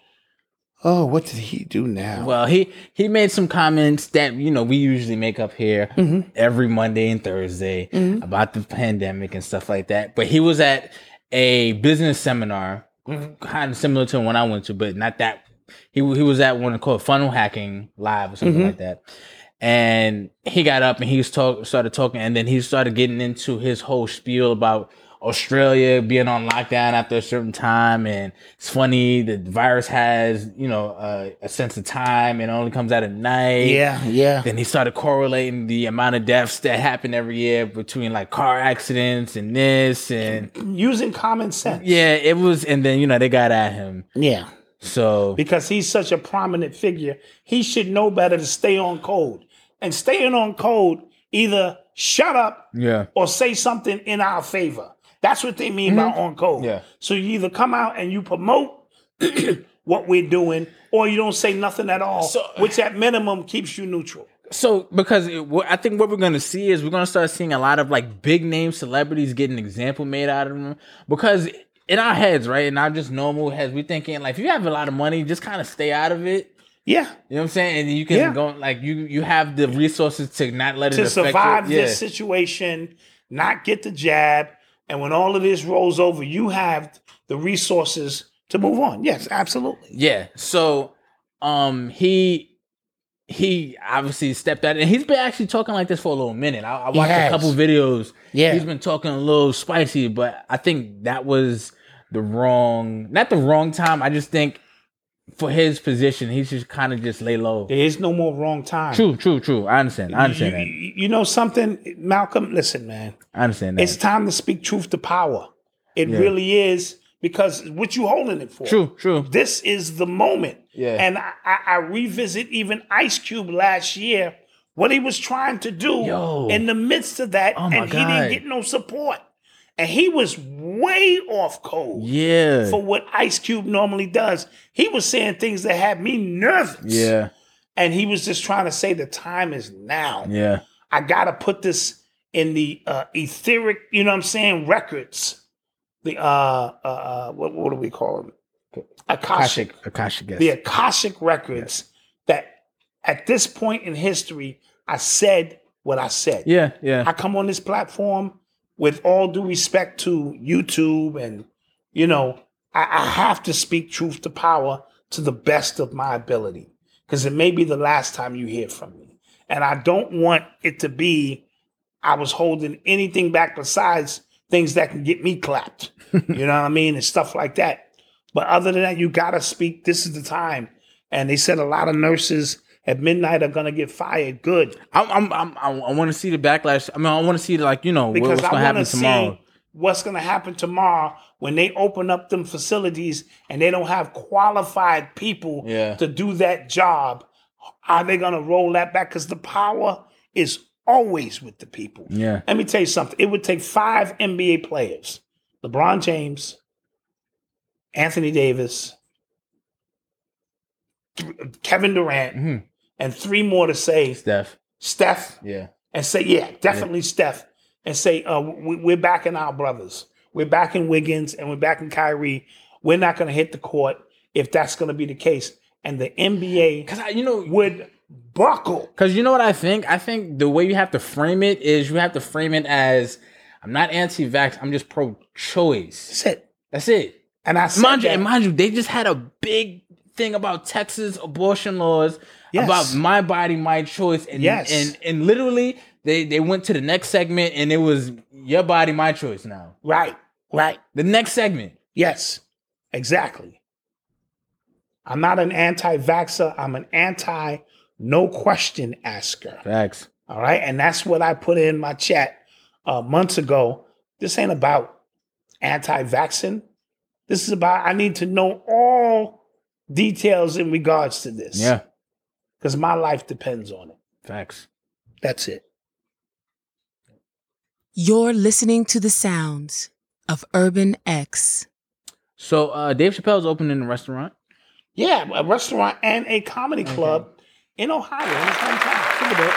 Oh, what did he do now?
Well, he he made some comments that you know we usually make up here
Mm-hmm.
every Monday and Thursday about the pandemic and stuff like that. But he was at a business seminar,
Mm-hmm.
kind of similar to one I went to, but not that. He he was at one called Funnel Hacking Live or something like that, and he got up and he was talk started talking and then he started getting into his whole spiel about Australia being on lockdown after a certain time and it's funny the virus has you know uh, a sense of time and only comes out at night
Yeah, yeah.
then he started correlating the amount of deaths that happen every year between like car accidents and this and
Using common sense.
yeah it was and then you know they got at him
Yeah.
so
Because he's such a prominent figure, he should know better to stay on code. And staying on code, either shut up
yeah
or say something in our favor. That's what they mean by on code.
Yeah.
So you either come out and you promote what we're doing, or you don't say nothing at all,
So-
which at minimum keeps you neutral.
so because it, what- I think what we're gonna see is we're gonna start seeing a lot of like big name celebrities getting example made out of them because in our heads right in our just normal heads we thinking like if you have a lot of money just kind of stay out of it
Yeah.
you know what I'm saying and you can
Yeah.
go like you you have the resources to not let it
To
affect your-
survive this
yeah.
situation, not get the jab, and when all of this rolls over, you have the resources to move on. Yes, absolutely.
Yeah. So um he he obviously stepped out and he's been actually talking like this for a little minute. I, I watched a
has.
couple videos.
Yeah.
He's been talking a little spicy, but I think that was the wrong not the wrong time. I just think for his position, he should kind of just lay low.
There is no more wrong time.
True, true, true. I understand. I
You,
understand that.
you you know something, Malcolm? Listen, man.
I understand
It's
that.
time to speak truth to power. It
Yeah.
really is because what you holding it for?
True, true.
This is the moment.
Yeah.
And I, I, I revisit even Ice Cube last year, what he was trying to do
Yo.
in the midst of that,
Oh,
and
my
he didn't
God.
get no support. And he was way off code
Yeah.
for what Ice Cube normally does. He was saying things that had me nervous.
Yeah.
And he was just trying to say the time is now.
Yeah.
I gotta put this in the uh, etheric, you know what I'm saying, records. The uh, uh, uh what, what do we call them? Akashic.
Akashic. Akashic
The
guess.
Akashic records that at this point in history, I said what I said.
Yeah, yeah.
I come on this platform with all due respect to YouTube and you know, I, I have to speak truth to power to the best of my ability. Because it may be the last time you hear from me. And I don't want it to be I was holding anything back besides things that can get me clapped. you know what I mean? And stuff like that. But other than that, you gotta speak. This is the time. And they said a lot of nurses at midnight are gonna get fired. Good.
I'm, I'm, I'm, I, want to see the backlash. I mean, I want to see like you know what-
because
what's gonna
I want
happen
to see
tomorrow.
what's going to happen tomorrow when they open up them facilities and they don't have qualified people
Yeah.
to do that job. Are they going to roll that back? Because the power is always with the people.
Yeah.
Let me tell you something. It would take five NBA players: LeBron James, Anthony Davis, th- Kevin Durant,
Mhm.
and three more to say
Steph.
Steph
Yeah.
and say, yeah, definitely Steph, and say, uh, we, we're backing our brothers. We're backing Wiggins and we're backing Kyrie. We're not going to hit the court if that's going to be the case. And the NBA
Cause I, you know,
would buckle.
cause you know what I think. I think the way you have to frame it is you have to frame it as I'm not anti-vax. I'm just pro-choice.
That's it.
That's it.
And I said,
Mind you,
that-
and mind you, they just had a big thing about Texas abortion laws,
Yes.
about my body, my choice, and
Yes.
and and literally they they went to the next segment and it was your body, my choice. Now
right, right.
the next segment.
Yes, exactly. I'm not an anti vaxxer. I'm an anti no question asker.
Facts.
All right. And that's what I put in my chat uh, months ago. This ain't about anti vaccine. This is about, I need to know all details in regards to this.
Yeah.
Because my life depends on it.
Facts.
That's it.
You're listening to the sounds of Urban X.
So uh, Dave Chappelle's opening a restaurant.
Yeah. A restaurant and a comedy club in Ohio. In his hometown. Super dope.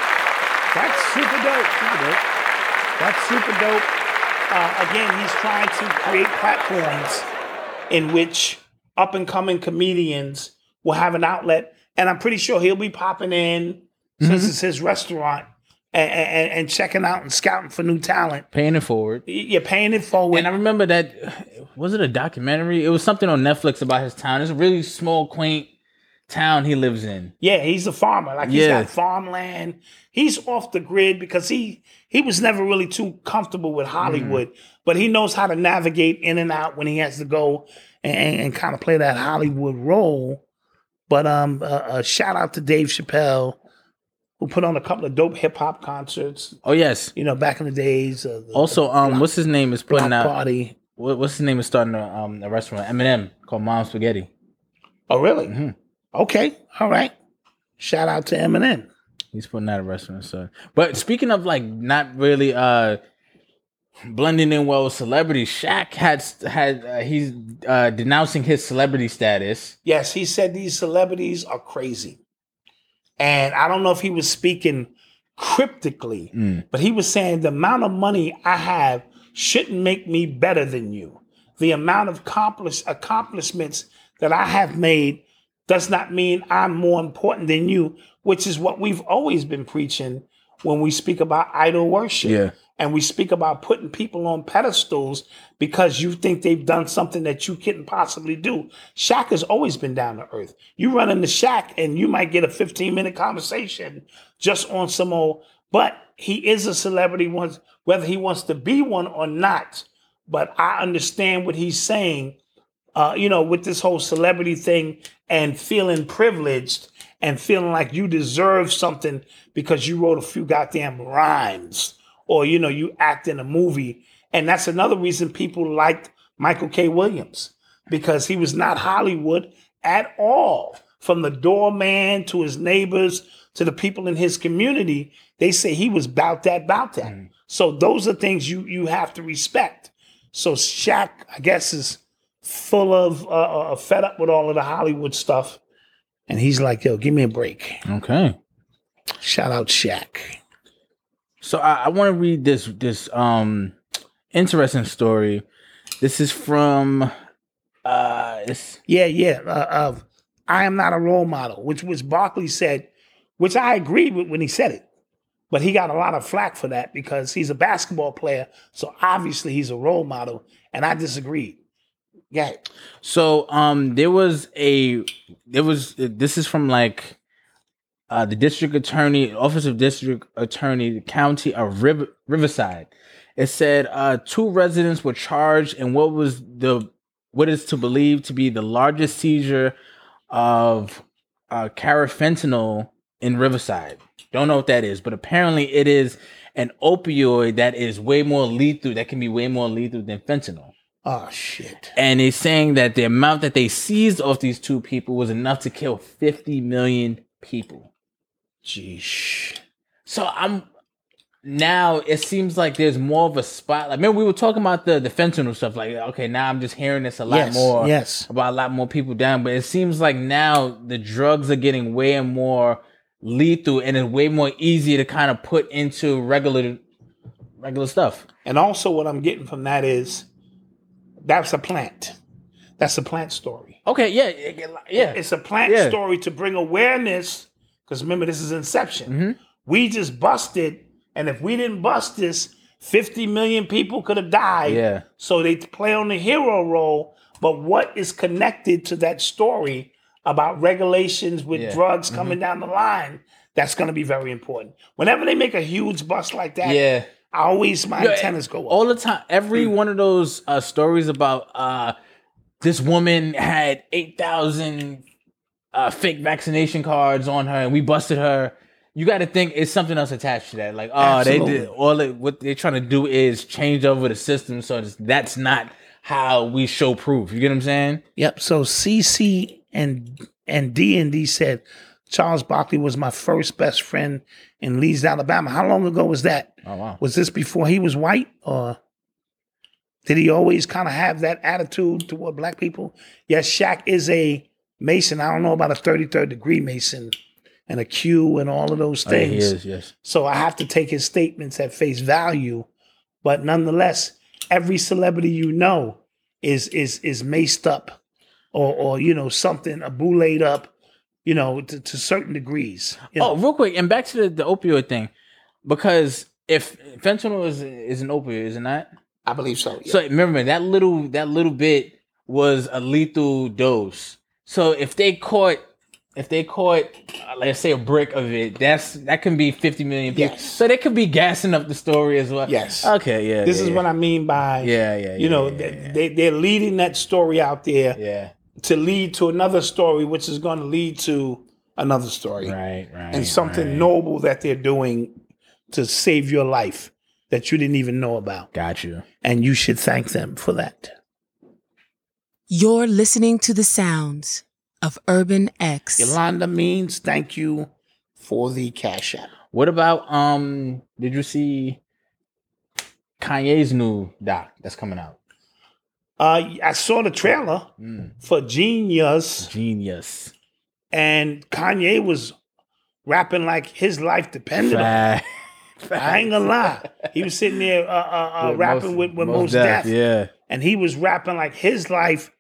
That's super dope. Super dope. That's super dope. Uh, again, he's trying to create platforms in which up and coming comedians will have an outlet. And I'm pretty sure he'll be popping in since it's his restaurant and, and, and checking out and scouting for new talent.
paying it forward.
Y- You're paying it forward.
And I remember that was it a documentary? It was something on Netflix about his town. It's a really small, quaint town he lives in.
Yeah, he's a farmer. Like he's
Yeah.
got farmland. He's off the grid because he he was never really too comfortable with Hollywood,
Mm-hmm.
but he knows how to navigate in and out when he has to go and, and kind of play that Hollywood role. But um, uh, uh, shout out to Dave Chappelle, who put on a couple of dope hip hop concerts.
Oh yes.
You know, back in the days. Uh, the-
Also, um, what's his name is
Block
putting out?
Party.
What, what's his name is starting a, um a restaurant Eminem called Mom Spaghetti.
Oh, really?
Mm-hmm.
Okay, all right. Shout out to Eminem.
He's putting out a restaurant, so. But speaking of like not really uh blending in well with celebrities, Shaq had had uh, he's uh denouncing his celebrity status.
Yes, he said these celebrities are crazy. And I don't know if he was speaking cryptically, but he was saying the amount of money I have shouldn't make me better than you. The amount of accomplish- accomplishments that I have made does not mean I'm more important than you, which is what we've always been preaching when we speak about idol worship.
Yeah.
And we speak about putting people on pedestals because you think they've done something that you couldn't possibly do. Shaq has always been down to earth. You run into Shaq and you might get a 15 minute conversation just on some old, but he is a celebrity once, whether he wants to be one or not. But I understand what he's saying uh, you know, with this whole celebrity thing and feeling privileged and feeling like you deserve something because you wrote a few goddamn rhymes or, you know, you act in a movie. And that's another reason people liked Michael K. Williams because he was not Hollywood at all. From the doorman to his neighbors to the people in his community, they say he was bout that, bout that. So those are things you you have to respect. So Shaq, I guess, is full of uh, uh, fed up with all of the Hollywood stuff, and he's like, "Yo, give me a break."
Okay.
Shout out Shaq.
So I, I want to read this this um interesting story. This is from uh it's
Yeah, yeah. Uh, of I am not a role model, which was Barkley said, which I agreed with when he said it, but he got a lot of flack for that because he's a basketball player, so obviously he's a role model, and I disagreed. Yeah,
so um there was a there was this is from like uh the district attorney office of district attorney the county of Riv- Riverside. It said uh two residents were charged in what was the what is to believe to be the largest seizure of uh, carafentanil in Riverside. Don't know what that is, but apparently it is an opioid that is way more lethal, that can be way more lethal than fentanyl.
Oh shit.
And it's saying that the amount that they seized off these two people was enough to kill 50 million people.
Jeez.
So I'm now it seems like there's more of a spotlight. Remember, we were talking about the, the fentanyl stuff. Like, okay, now I'm just hearing this a lot
Yes,
more
yes.
about a lot more people down. But it seems like now the drugs are getting way more lethal and it's way more easy to kind of put into regular regular stuff.
And also, what I'm getting from that is that's a plant. That's a plant story.
Okay, yeah, it- it- yeah.
It's a plant
Yeah.
story to bring awareness. Because remember, this is Inception.
Mm-hmm.
We just busted, and if we didn't bust this, 50 million people could have died.
Yeah.
So they play on the hero role, but what is connected to that story about regulations with
Yeah. Mm-hmm.
drugs coming down the line? That's going to be very important. Whenever they make a huge bust like that,
Yeah.
I always my
Yo,
antennas go up.
all the time. Every one of those uh, stories about uh, this woman had eight thousand uh, fake vaccination cards on her, and we busted her. You got to think it's something else attached to that. Like, oh, they did
Absolutely.
all. It, what they're trying to do is change over the system, so it's, that's not how we show proof. You get what I'm saying?
Yep. So CC and and D and D said Charles Barkley was my first best friend in Leeds, Alabama. How long ago was that?
Oh wow.
Was this before he was white, or did he always kind of have that attitude toward black people? Yes, Shaq is a Mason. I don't know about a thirty-third degree Mason and a Q and all of those
Oh, yeah,
things.
he is. Yes.
So I have to take his statements at face value. But nonetheless, every celebrity you know is is is maced up or or you know, something a boulette up, you know, to, to certain degrees. you
Oh,
know.
real quick, and back to the, the opioid thing, because if fentanyl is is an opioid, is it not?
I believe so. yeah.
So remember that little that little bit was a lethal dose. So if they caught if they caught, uh, let's say, a brick of it, that's that can be fifty million people.
Yes.
So they could be gassing up the story as well.
Yes.
Okay. Yeah.
This
yeah,
is
yeah.
what I mean by
Yeah, yeah, yeah,
you know
yeah, yeah.
They, they're leading that story out there
Yeah.
to lead to another story, which is going to lead to another story
Right. Right.
and something
right.
noble that they're doing to save your life that you didn't even know about,
Got you.
and you should thank them for that.
You're listening to the sounds of Urban X.
Yolanda means thank you for the cash app.
What about um? Did you see Kanye's new doc that's coming out?
Uh, I saw the trailer
Mm.
for Genius,
Genius.
and Kanye was rapping like his life depended on it.
Fact.
I ain't gonna lie. He was sitting there uh, uh, uh,
With
rapping
Mos-
with, with
Mos
Most Def,
Yeah.
and he was rapping like his life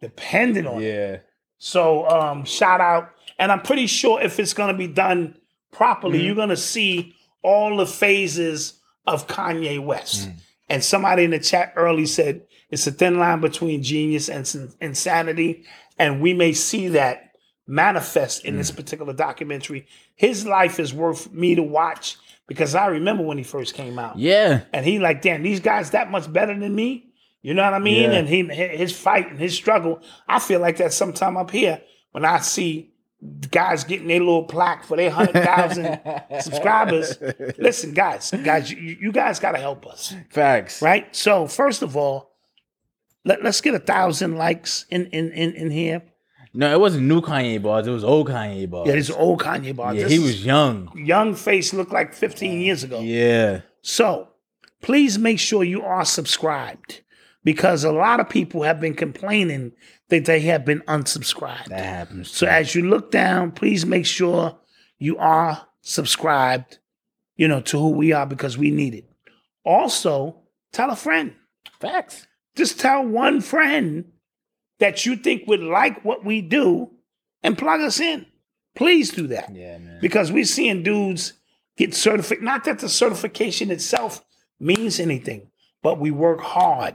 depended on it.
Yeah.
So um, shout out, and I'm pretty sure if it's gonna be done properly, you're gonna see all the phases of Kanye West. And somebody in the chat early said it's a thin line between genius and sin- insanity, and we may see that manifest in this particular documentary. His life is worth me to watch because I remember when he first came out
Yeah.
and he like, damn, these guys that much better than me. You know what I mean?
Yeah.
And he hi- his fight and his struggle. I feel like that sometime up here when I see guys getting their little plaque for their hundred thousand subscribers. Listen, guys, guys, you, you guys got to help us,
Facts.
right? So first of all, let, let's get a thousand likes in in in, in here.
No, it wasn't new Kanye bars. It was old Kanye bars.
Yeah, this old Kanye bar.
yeah
This
he
is-
was young.
young face looked like fifteen years ago.
Yeah.
So please make sure you are subscribed because a lot of people have been complaining that they have been unsubscribed.
That happens.
So as you look down, please make sure you are subscribed, you know, to who we are because we need it. Also, tell a friend.
Facts.
Just tell one friend that you think would like what we do and plug us in. Please do that
Yeah, man.
because we're seeing dudes get certified. Not that the certification itself means anything, but we work hard.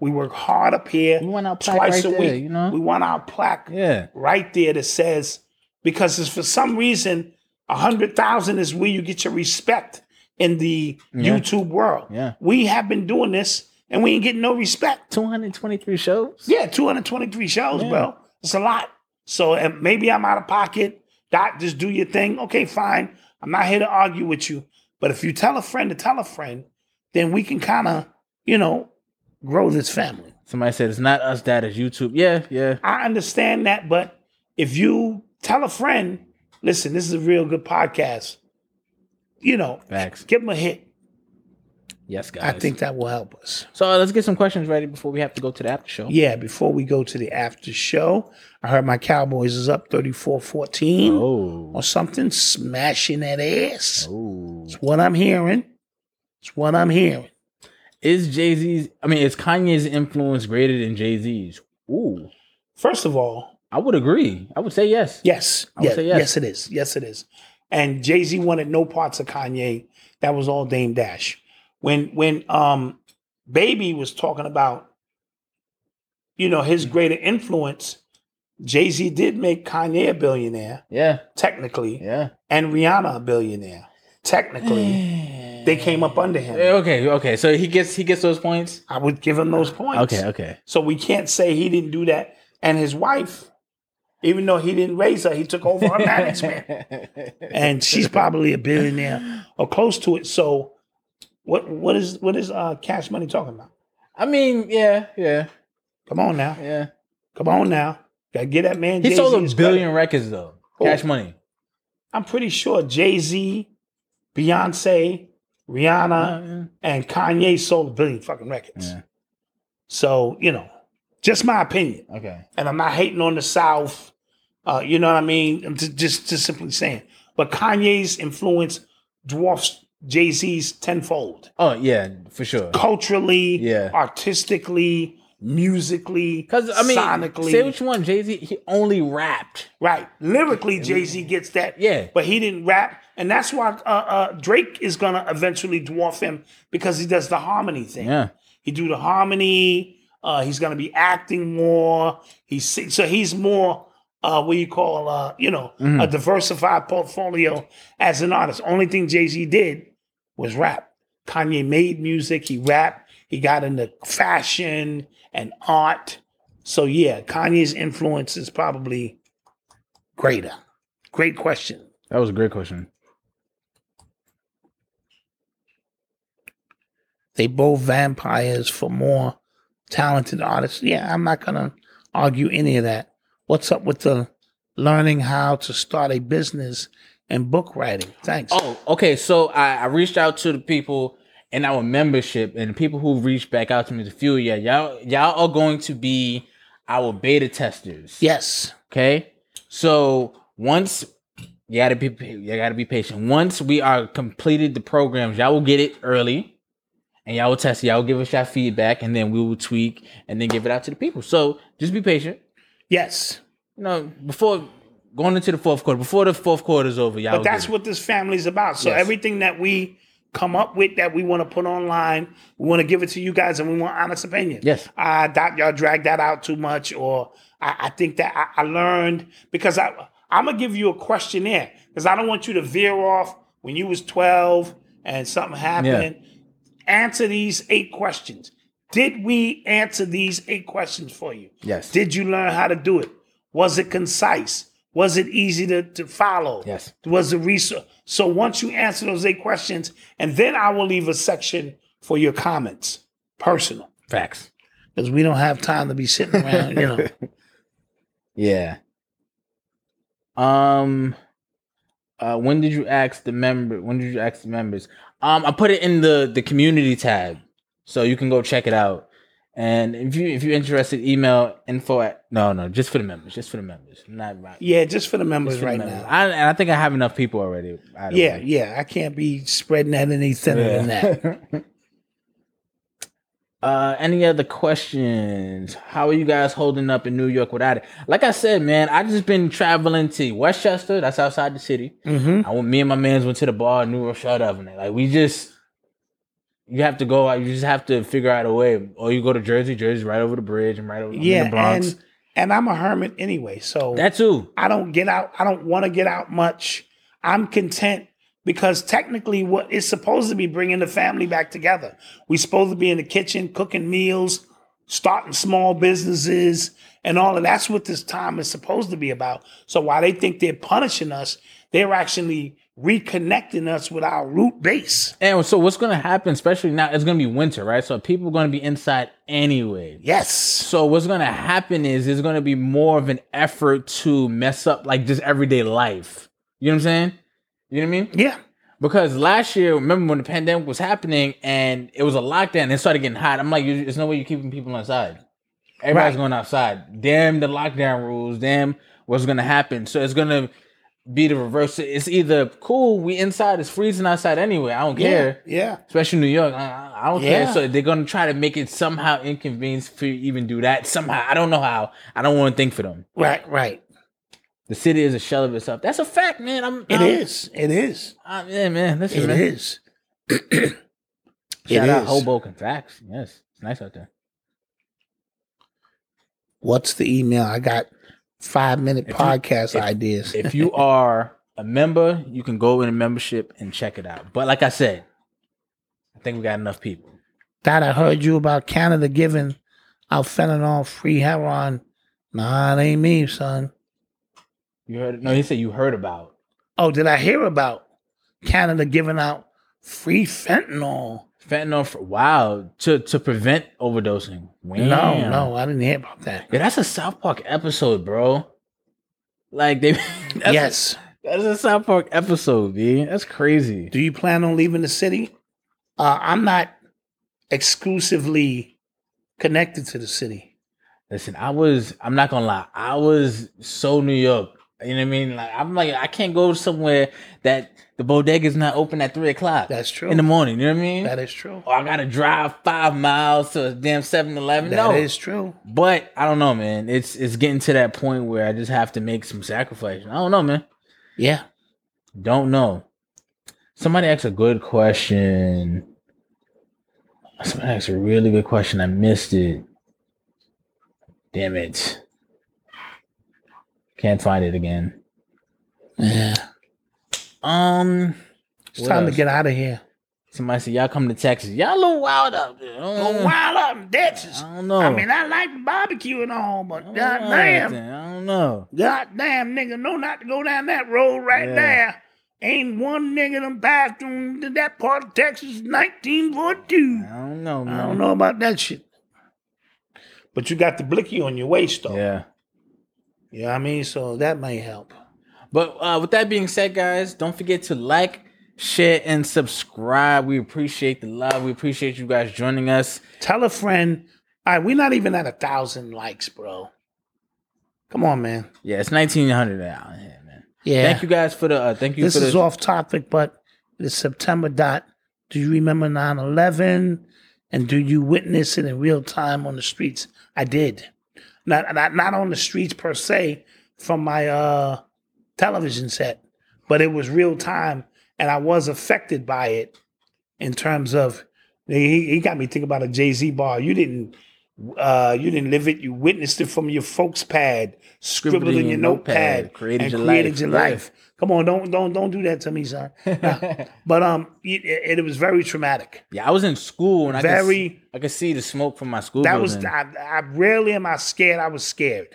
We work hard up here
We want our plaque right
twice a
there,
week.
you know?
We want our plaque
Yeah.
right there that says because it's for some reason a hundred thousand is where you get your respect in the
Yeah.
YouTube world.
Yeah.
we have been doing this and we ain't getting no respect.
223 shows.
Yeah, 223 shows, bro. It's a lot. So and maybe I'm out of pocket. Doc, just do your thing. Okay, fine. I'm not here to argue with you. But if you tell a friend to tell a friend, then we can kind of, you know, grow this family.
Somebody said it's not us that is YouTube. Yeah, yeah.
I understand that, but if you tell a friend, listen, this is a real good podcast, you know,
Facts.
give them a hit.
Yes, guys.
I think that will help us.
so. Let's get some questions ready before we have to go to the after show.
Yeah, before we go to the after show, I heard my Cowboys is up 34 14.
Oh.
or something smashing that ass.
Oh.
It's what I'm hearing. It's what I'm hearing.
Is Jay Z's? I mean, is Kanye's influence greater than Jay Z's? Ooh.
First of all,
I would agree. I would say yes.
yes,
I would
yes,
say
yes.
yes.
it is. Yes, it is. And Jay Z wanted no parts of Kanye. That was all Dame Dash. When when um Baby was talking about, you know, his greater influence, Jay Z did make Kanye a billionaire
Yeah.
technically,
Yeah.
and Rihanna a billionaire technically. they came up under him.
Okay. Okay. So he gets he gets those points.
I would give him those points.
Okay. Okay.
So we can't say he didn't do that. And his wife, even though he didn't raise her, he took over her management. And she's probably a billionaire or close to it. So what what is what is uh cash money talking about?
I mean, yeah. Yeah.
Come on now.
Yeah.
Come on now. Gotta get that man.
He
Jay-Z
sold
his
a billion
credit.
records though.
Who?
Cash money.
I'm pretty sure Jay-Z, Beyonce, Rihanna,
Uh, Yeah, yeah.
and Kanye sold a billion fucking records.
Yeah.
So, you know, just my opinion.
Okay.
and I'm not hating on the South. Uh, you know what I mean? I'm just, just just simply saying. But Kanye's influence dwarfs Jay Z's tenfold
Oh yeah, for sure.
culturally,
Yeah.
artistically, musically,
Because I mean,
sonically,
say what you want, Jay Z. He only rapped.
right? Lyrically, Jay Z gets that,
Yeah.
But he didn't rap, and that's why uh, uh, Drake is gonna eventually dwarf him because he does the harmony thing.
Yeah.
He do the harmony. Uh, he's gonna be acting more. He's so he's more uh, what you call, uh, you know,
Mhm.
a diversified portfolio as an artist. Only thing Jay Z did was rap. Kanye made music. He rapped. He got into fashion and art. So yeah, Kanye's influence is probably greater. Great question.
That was a great question.
They both vampires for more talented artists. Yeah, I'm not gonna argue any of that. What's up with the learning how to start a business and book writing? Thanks.
Oh, okay. So I, I reached out to the people in our membership and the people who reached back out to me to feel yeah, y'all y'all are going to be our beta testers.
yes.
Okay. So once you gotta be you gotta be patient. Once we are completed the programs, y'all will get it early, and y'all will test. it. Y'all will give us your feedback, and then we will tweak and then give it out to the people. So just be patient.
Yes.
You know, before going into the fourth quarter, before the fourth quarter is over, y'all.
But
will
that's
get it.
what this family's about. So
Yes.
everything that we come up with that we want to put online, we want to give it to you guys, and we want honest opinion.
Yes.
I doubt y'all drag that out too much, or I, I think that I, I learned because I I'm gonna give you a questionnaire because I don't want you to veer off when you was 12 and something happened. Answer these eight questions. Did we answer these eight questions for you?
Yes.
Did you learn how to do it? Was it concise? Was it easy to, to follow?
Yes.
Was the research? So once you answer those eight questions, and then I will leave a section for your comments, personal,
facts.
because we don't have time to be sitting around, you know.
Yeah. Um uh when did you ask the member when did you ask the members? Um I put it in the the community tab. So you can go check it out. And if you if you're interested, email info at no no just for the members, just for the members. Not right.
Yeah, just for the members
just for the
right
members.
now.
I and I think I have enough people already. either
yeah,
way.
yeah. I can't be spreading that any thinner than that.
uh, any other questions? How are you guys holding up in New York without it? Like I said, man, I just been traveling to Westchester. That's outside the city.
hmm
I went. Me and my man's went to the bar in New Rochelle the other night. Like we just, you have to go out. You just have to figure out a way, or you go to Jersey. Jersey's right over the bridge and right over I mean,
Yeah,
the Bronx.
and and I'm a hermit anyway, so
that too.
I don't get out. I don't want to get out much. I'm content because technically, what is supposed to be bringing the family back together. we supposed to be in the kitchen cooking meals, starting small businesses, and all of that's what this time is supposed to be about. So while they think they're punishing us, they're actually reconnecting us with our root base.
And so, what's gonna happen? Especially now, it's gonna be winter, right? So people are gonna be inside anyway.
Yes.
So what's gonna happen is there's gonna be more of an effort to mess up like just everyday life. You know what I'm saying? You know what I mean?
Yeah.
Because last year, remember when the pandemic was happening and it was a lockdown and it started getting hot. I'm like, you- there's no way you're keeping people inside. Everybody's
Right.
going outside. Damn the lockdown rules. Damn what's gonna happen. So it's gonna be the reverse. It's either cool, we inside, it's freezing outside anyway. I don't care
Yeah.
especially New York. I- I, I don't
Yeah.
care. So they're gonna try to make it somehow inconvenient for you to even do that. Somehow, I don't know how. I don't want to think for them.
Right. Right.
The city is a shell of itself. That's a fact, man. I'm.
It
I'm,
is. It is.
I'm- yeah, man. Listen,
It
man.
is.
Shout
It
out
is.
Hoboken facts. Yes, it's nice out there.
What's the email? I got five minute
If you-
podcast
if-
ideas.
If you are a member, you can go in a membership and check it out. But like I said, I think we got enough people.
Dad, I heard you about Canada giving out fentanyl free heroin. Nah, it ain't me, son.
You heard? No, he said you heard about.
Oh, did I hear about Canada giving out free fentanyl?
Fentanyl, for, wow, to to prevent overdosing.
No,
Wow.
no, I didn't hear about that.
Yeah, that's a South Park episode, bro. Like they that's,
yes.
That's a South Park episode, B. That's crazy.
Do you plan on leaving the city? Uh, I'm not exclusively connected to the city.
Listen, I was I'm not gonna lie, I was so New York. You know what I mean? Like I'm like I can't go somewhere that the bodega's not open at three o'clock
That's true.
in the Oh, morning. You know what I mean?
That is true.
or I gotta drive five miles to a damn 7-Eleven. No,
That is true.
but I don't know, man. It's it's getting to that point where I just have to make some sacrifice. I don't know, man.
Yeah.
Don't know. Somebody asked a good question. Somebody asked a really good question. I missed it. Damn it. Can't find it again. Yeah. Um.
It's
what
time
else?
to get out of here.
Somebody said y'all come to Texas. Y'all a little wild up there. I don't
Go
know.
wild up in Texas.
I don't know.
I mean, I like barbecue and all,
I don't
but
know about
goddamn,
that. I don't know.
goddamn nigga, know not to go down that road right
Yeah.
there. Ain't one nigga done passed through to that part of Texas in 1942.
I don't know. Man.
I don't know about that shit. But you got the blicky on your waist, though.
Yeah.
You know what I mean? So that may help.
But uh, with that being said, guys, don't forget to like, share, and subscribe. We appreciate the love. We appreciate you guys joining us.
Tell a friend. All right, we're not even at a thousand likes, bro. Come on, man.
Yeah, it's nineteen hundred out here, man.
Yeah.
Thank you guys for the. Uh, thank you
This
for
is
the.
off topic, but it is September dot. Do you remember 9 11? And do you witness it in real time on the streets? I did. Not, not not on the streets per se from my uh television set, but it was real time and I was affected by it in terms of he, he got me thinking about a Jay-Z bar. You didn't uh you didn't live it, you witnessed it from your folks pad, scribbled, in your notepad,
created
and
your
created
life.
your
Yeah.
life. Come on, don't don't don't do that to me, son. Nah. but um, it, it, it was very traumatic.
yeah, I was in school and I
Very-
Could see, I could see the smoke from my school.
That was
building.
I, I rarely am I scared. I was scared,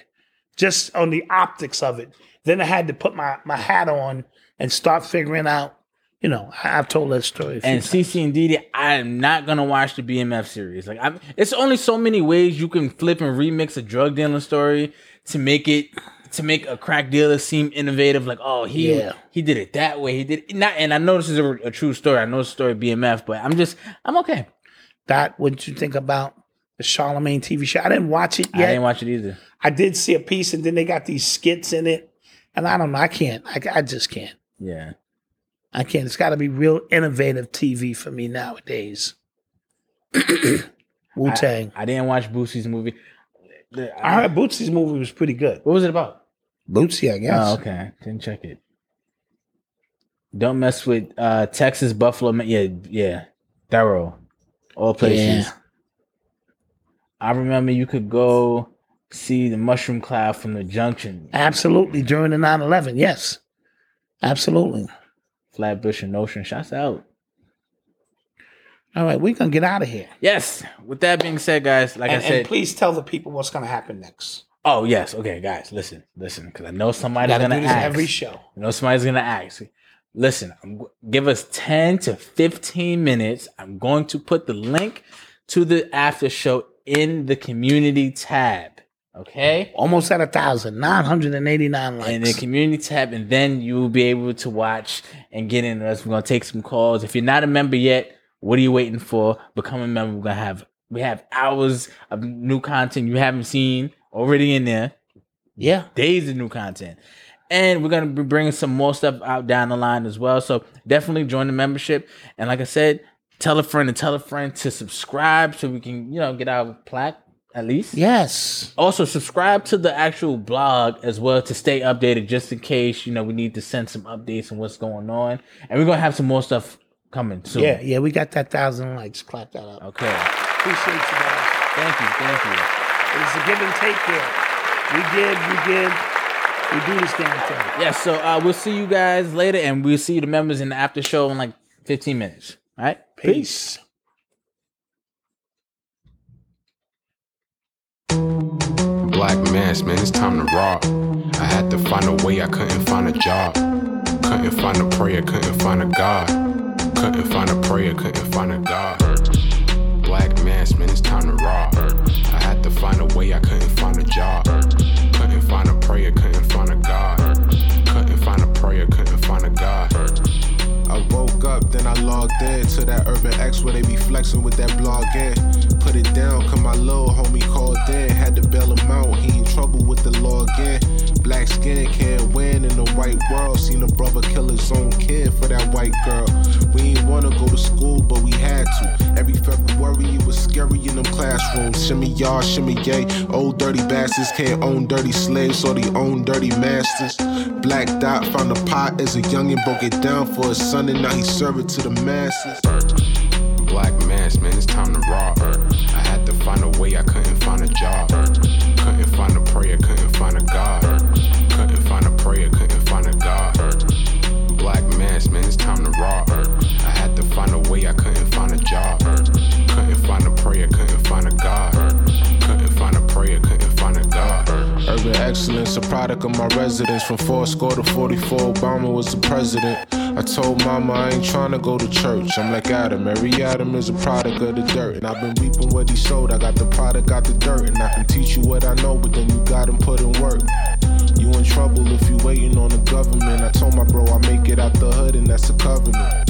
just on the optics of it. Then I had to put my my hat on and start figuring out. You know, I, I've told that story. a few
and
times.
CC and Didi, I am not gonna watch the BMF series. Like, I'm, it's only so many ways you can flip and remix a drug dealing story to make it to make a crack dealer seem innovative. Like, oh, he
Yeah.
he did it that way. He did it. not. And I know this is a, a true story. I know the story of BMF, but I'm just I'm okay.
that what you think about the Charlemagne TV show? I didn't watch it
I
yet.
didn't watch it either.
I did see a piece, and then they got these skits in it, and I don't know. I can't. I, I just can't.
Yeah,
I can't. It's got to be real innovative TV for me nowadays. Wu Tang.
I didn't watch Boosie's movie.
I heard Bootsy's movie was pretty good.
What was it about?
Bootsy, I guess.
Oh, okay. Didn't check it. Don't mess with uh Texas Buffalo. Ma- Yeah, yeah. Thorough. All places.
Yeah.
I remember you could go see the mushroom cloud from the junction,
Absolutely. During the 9 11. Yes. Absolutely.
Flatbush and Ocean. Shouts out.
All right. We're going to get out of here.
Yes. With that being said, guys, like
and,
I said.
and please tell the people what's going to happen next.
oh yes. Okay, guys, listen, listen, because I know somebody's
Gotta
gonna
do this
ask.
every show.
You know, somebody's gonna ask. Listen, I'm, g- give us ten to fifteen minutes. I'm going to put the link to the after show in the community tab. Okay,
Almost at a thousand, nine hundred and eighty-nine likes.
in the community tab, and then you will be able to watch and get in. with Us, we're gonna take some calls. If you're not a member yet, what are you waiting for? Become a member. We're gonna have we have hours of new content you haven't seen already in there
yeah.
days of new content. And we're going to be bringing some more stuff out down the line as well. So definitely join the membership. And like I said, tell a friend and tell a friend to subscribe so we can, you know, get our plaque at least.
Yes.
Also, subscribe to the actual blog as well to stay updated just in case, you know, we need to send some updates on what's going on. And we're going to have some more stuff coming soon.
Yeah. Yeah. We got that thousand likes. Clap that up.
Okay.
Appreciate you guys.
Thank you. Thank you.
It's a give and take here. We give, we give, we do this damn thing.
Yeah, so uh, we'll see you guys later, and we'll see the members in the after show in like 15 minutes. All right?
Peace.
Black mass, man, it's time to rock. I had to find a way, I couldn't find a job. Couldn't find a prayer, couldn't find a God. Couldn't find a prayer, couldn't find a God. Black mass, man, it's time to rock. I had to find a way, I couldn't find a job. Couldn't find a prayer, couldn't find a God. Couldn't find a prayer, couldn't find a God.
I woke up, then I logged in to that Urban X where they be flexing with that blog in. Put it down, cause my little homie called in. Had to bail him out, he in trouble with the law again. Black skin can't win in the white world. Seen a brother kill his own kid for that white girl. We ain't wanna go to school, but we had to. Every February it was scary in them classrooms. Shimmy y'all, shimmy yay. Old dirty bastards can't own dirty slaves or they own dirty masters. Black Dot found a pot as a youngin', broke it down for his son, and now he serve it to the masses.
Black mass, man, it's time to rock. I had to find a way, I couldn't find a job. Couldn't find a prayer, couldn't find a God. Couldn't find a prayer, couldn't find a God. Black mass, man, it's time to rob. I had to find a way, I couldn't find a job. Couldn't find a prayer, couldn't find a God. Couldn't find a prayer, couldn't find a God.
Urban excellence, a product of my residence. From four score to 44, Obama was the president. I told mama I ain't tryna go to church. I'm like Adam, every Adam is a product of the dirt. And I've been reaping what he sowed. I got the product, got the dirt. And I can teach you what I know, but then you got him put in work. You in trouble if you waiting on the government. I told my bro I make it out the hood, and that's a covenant.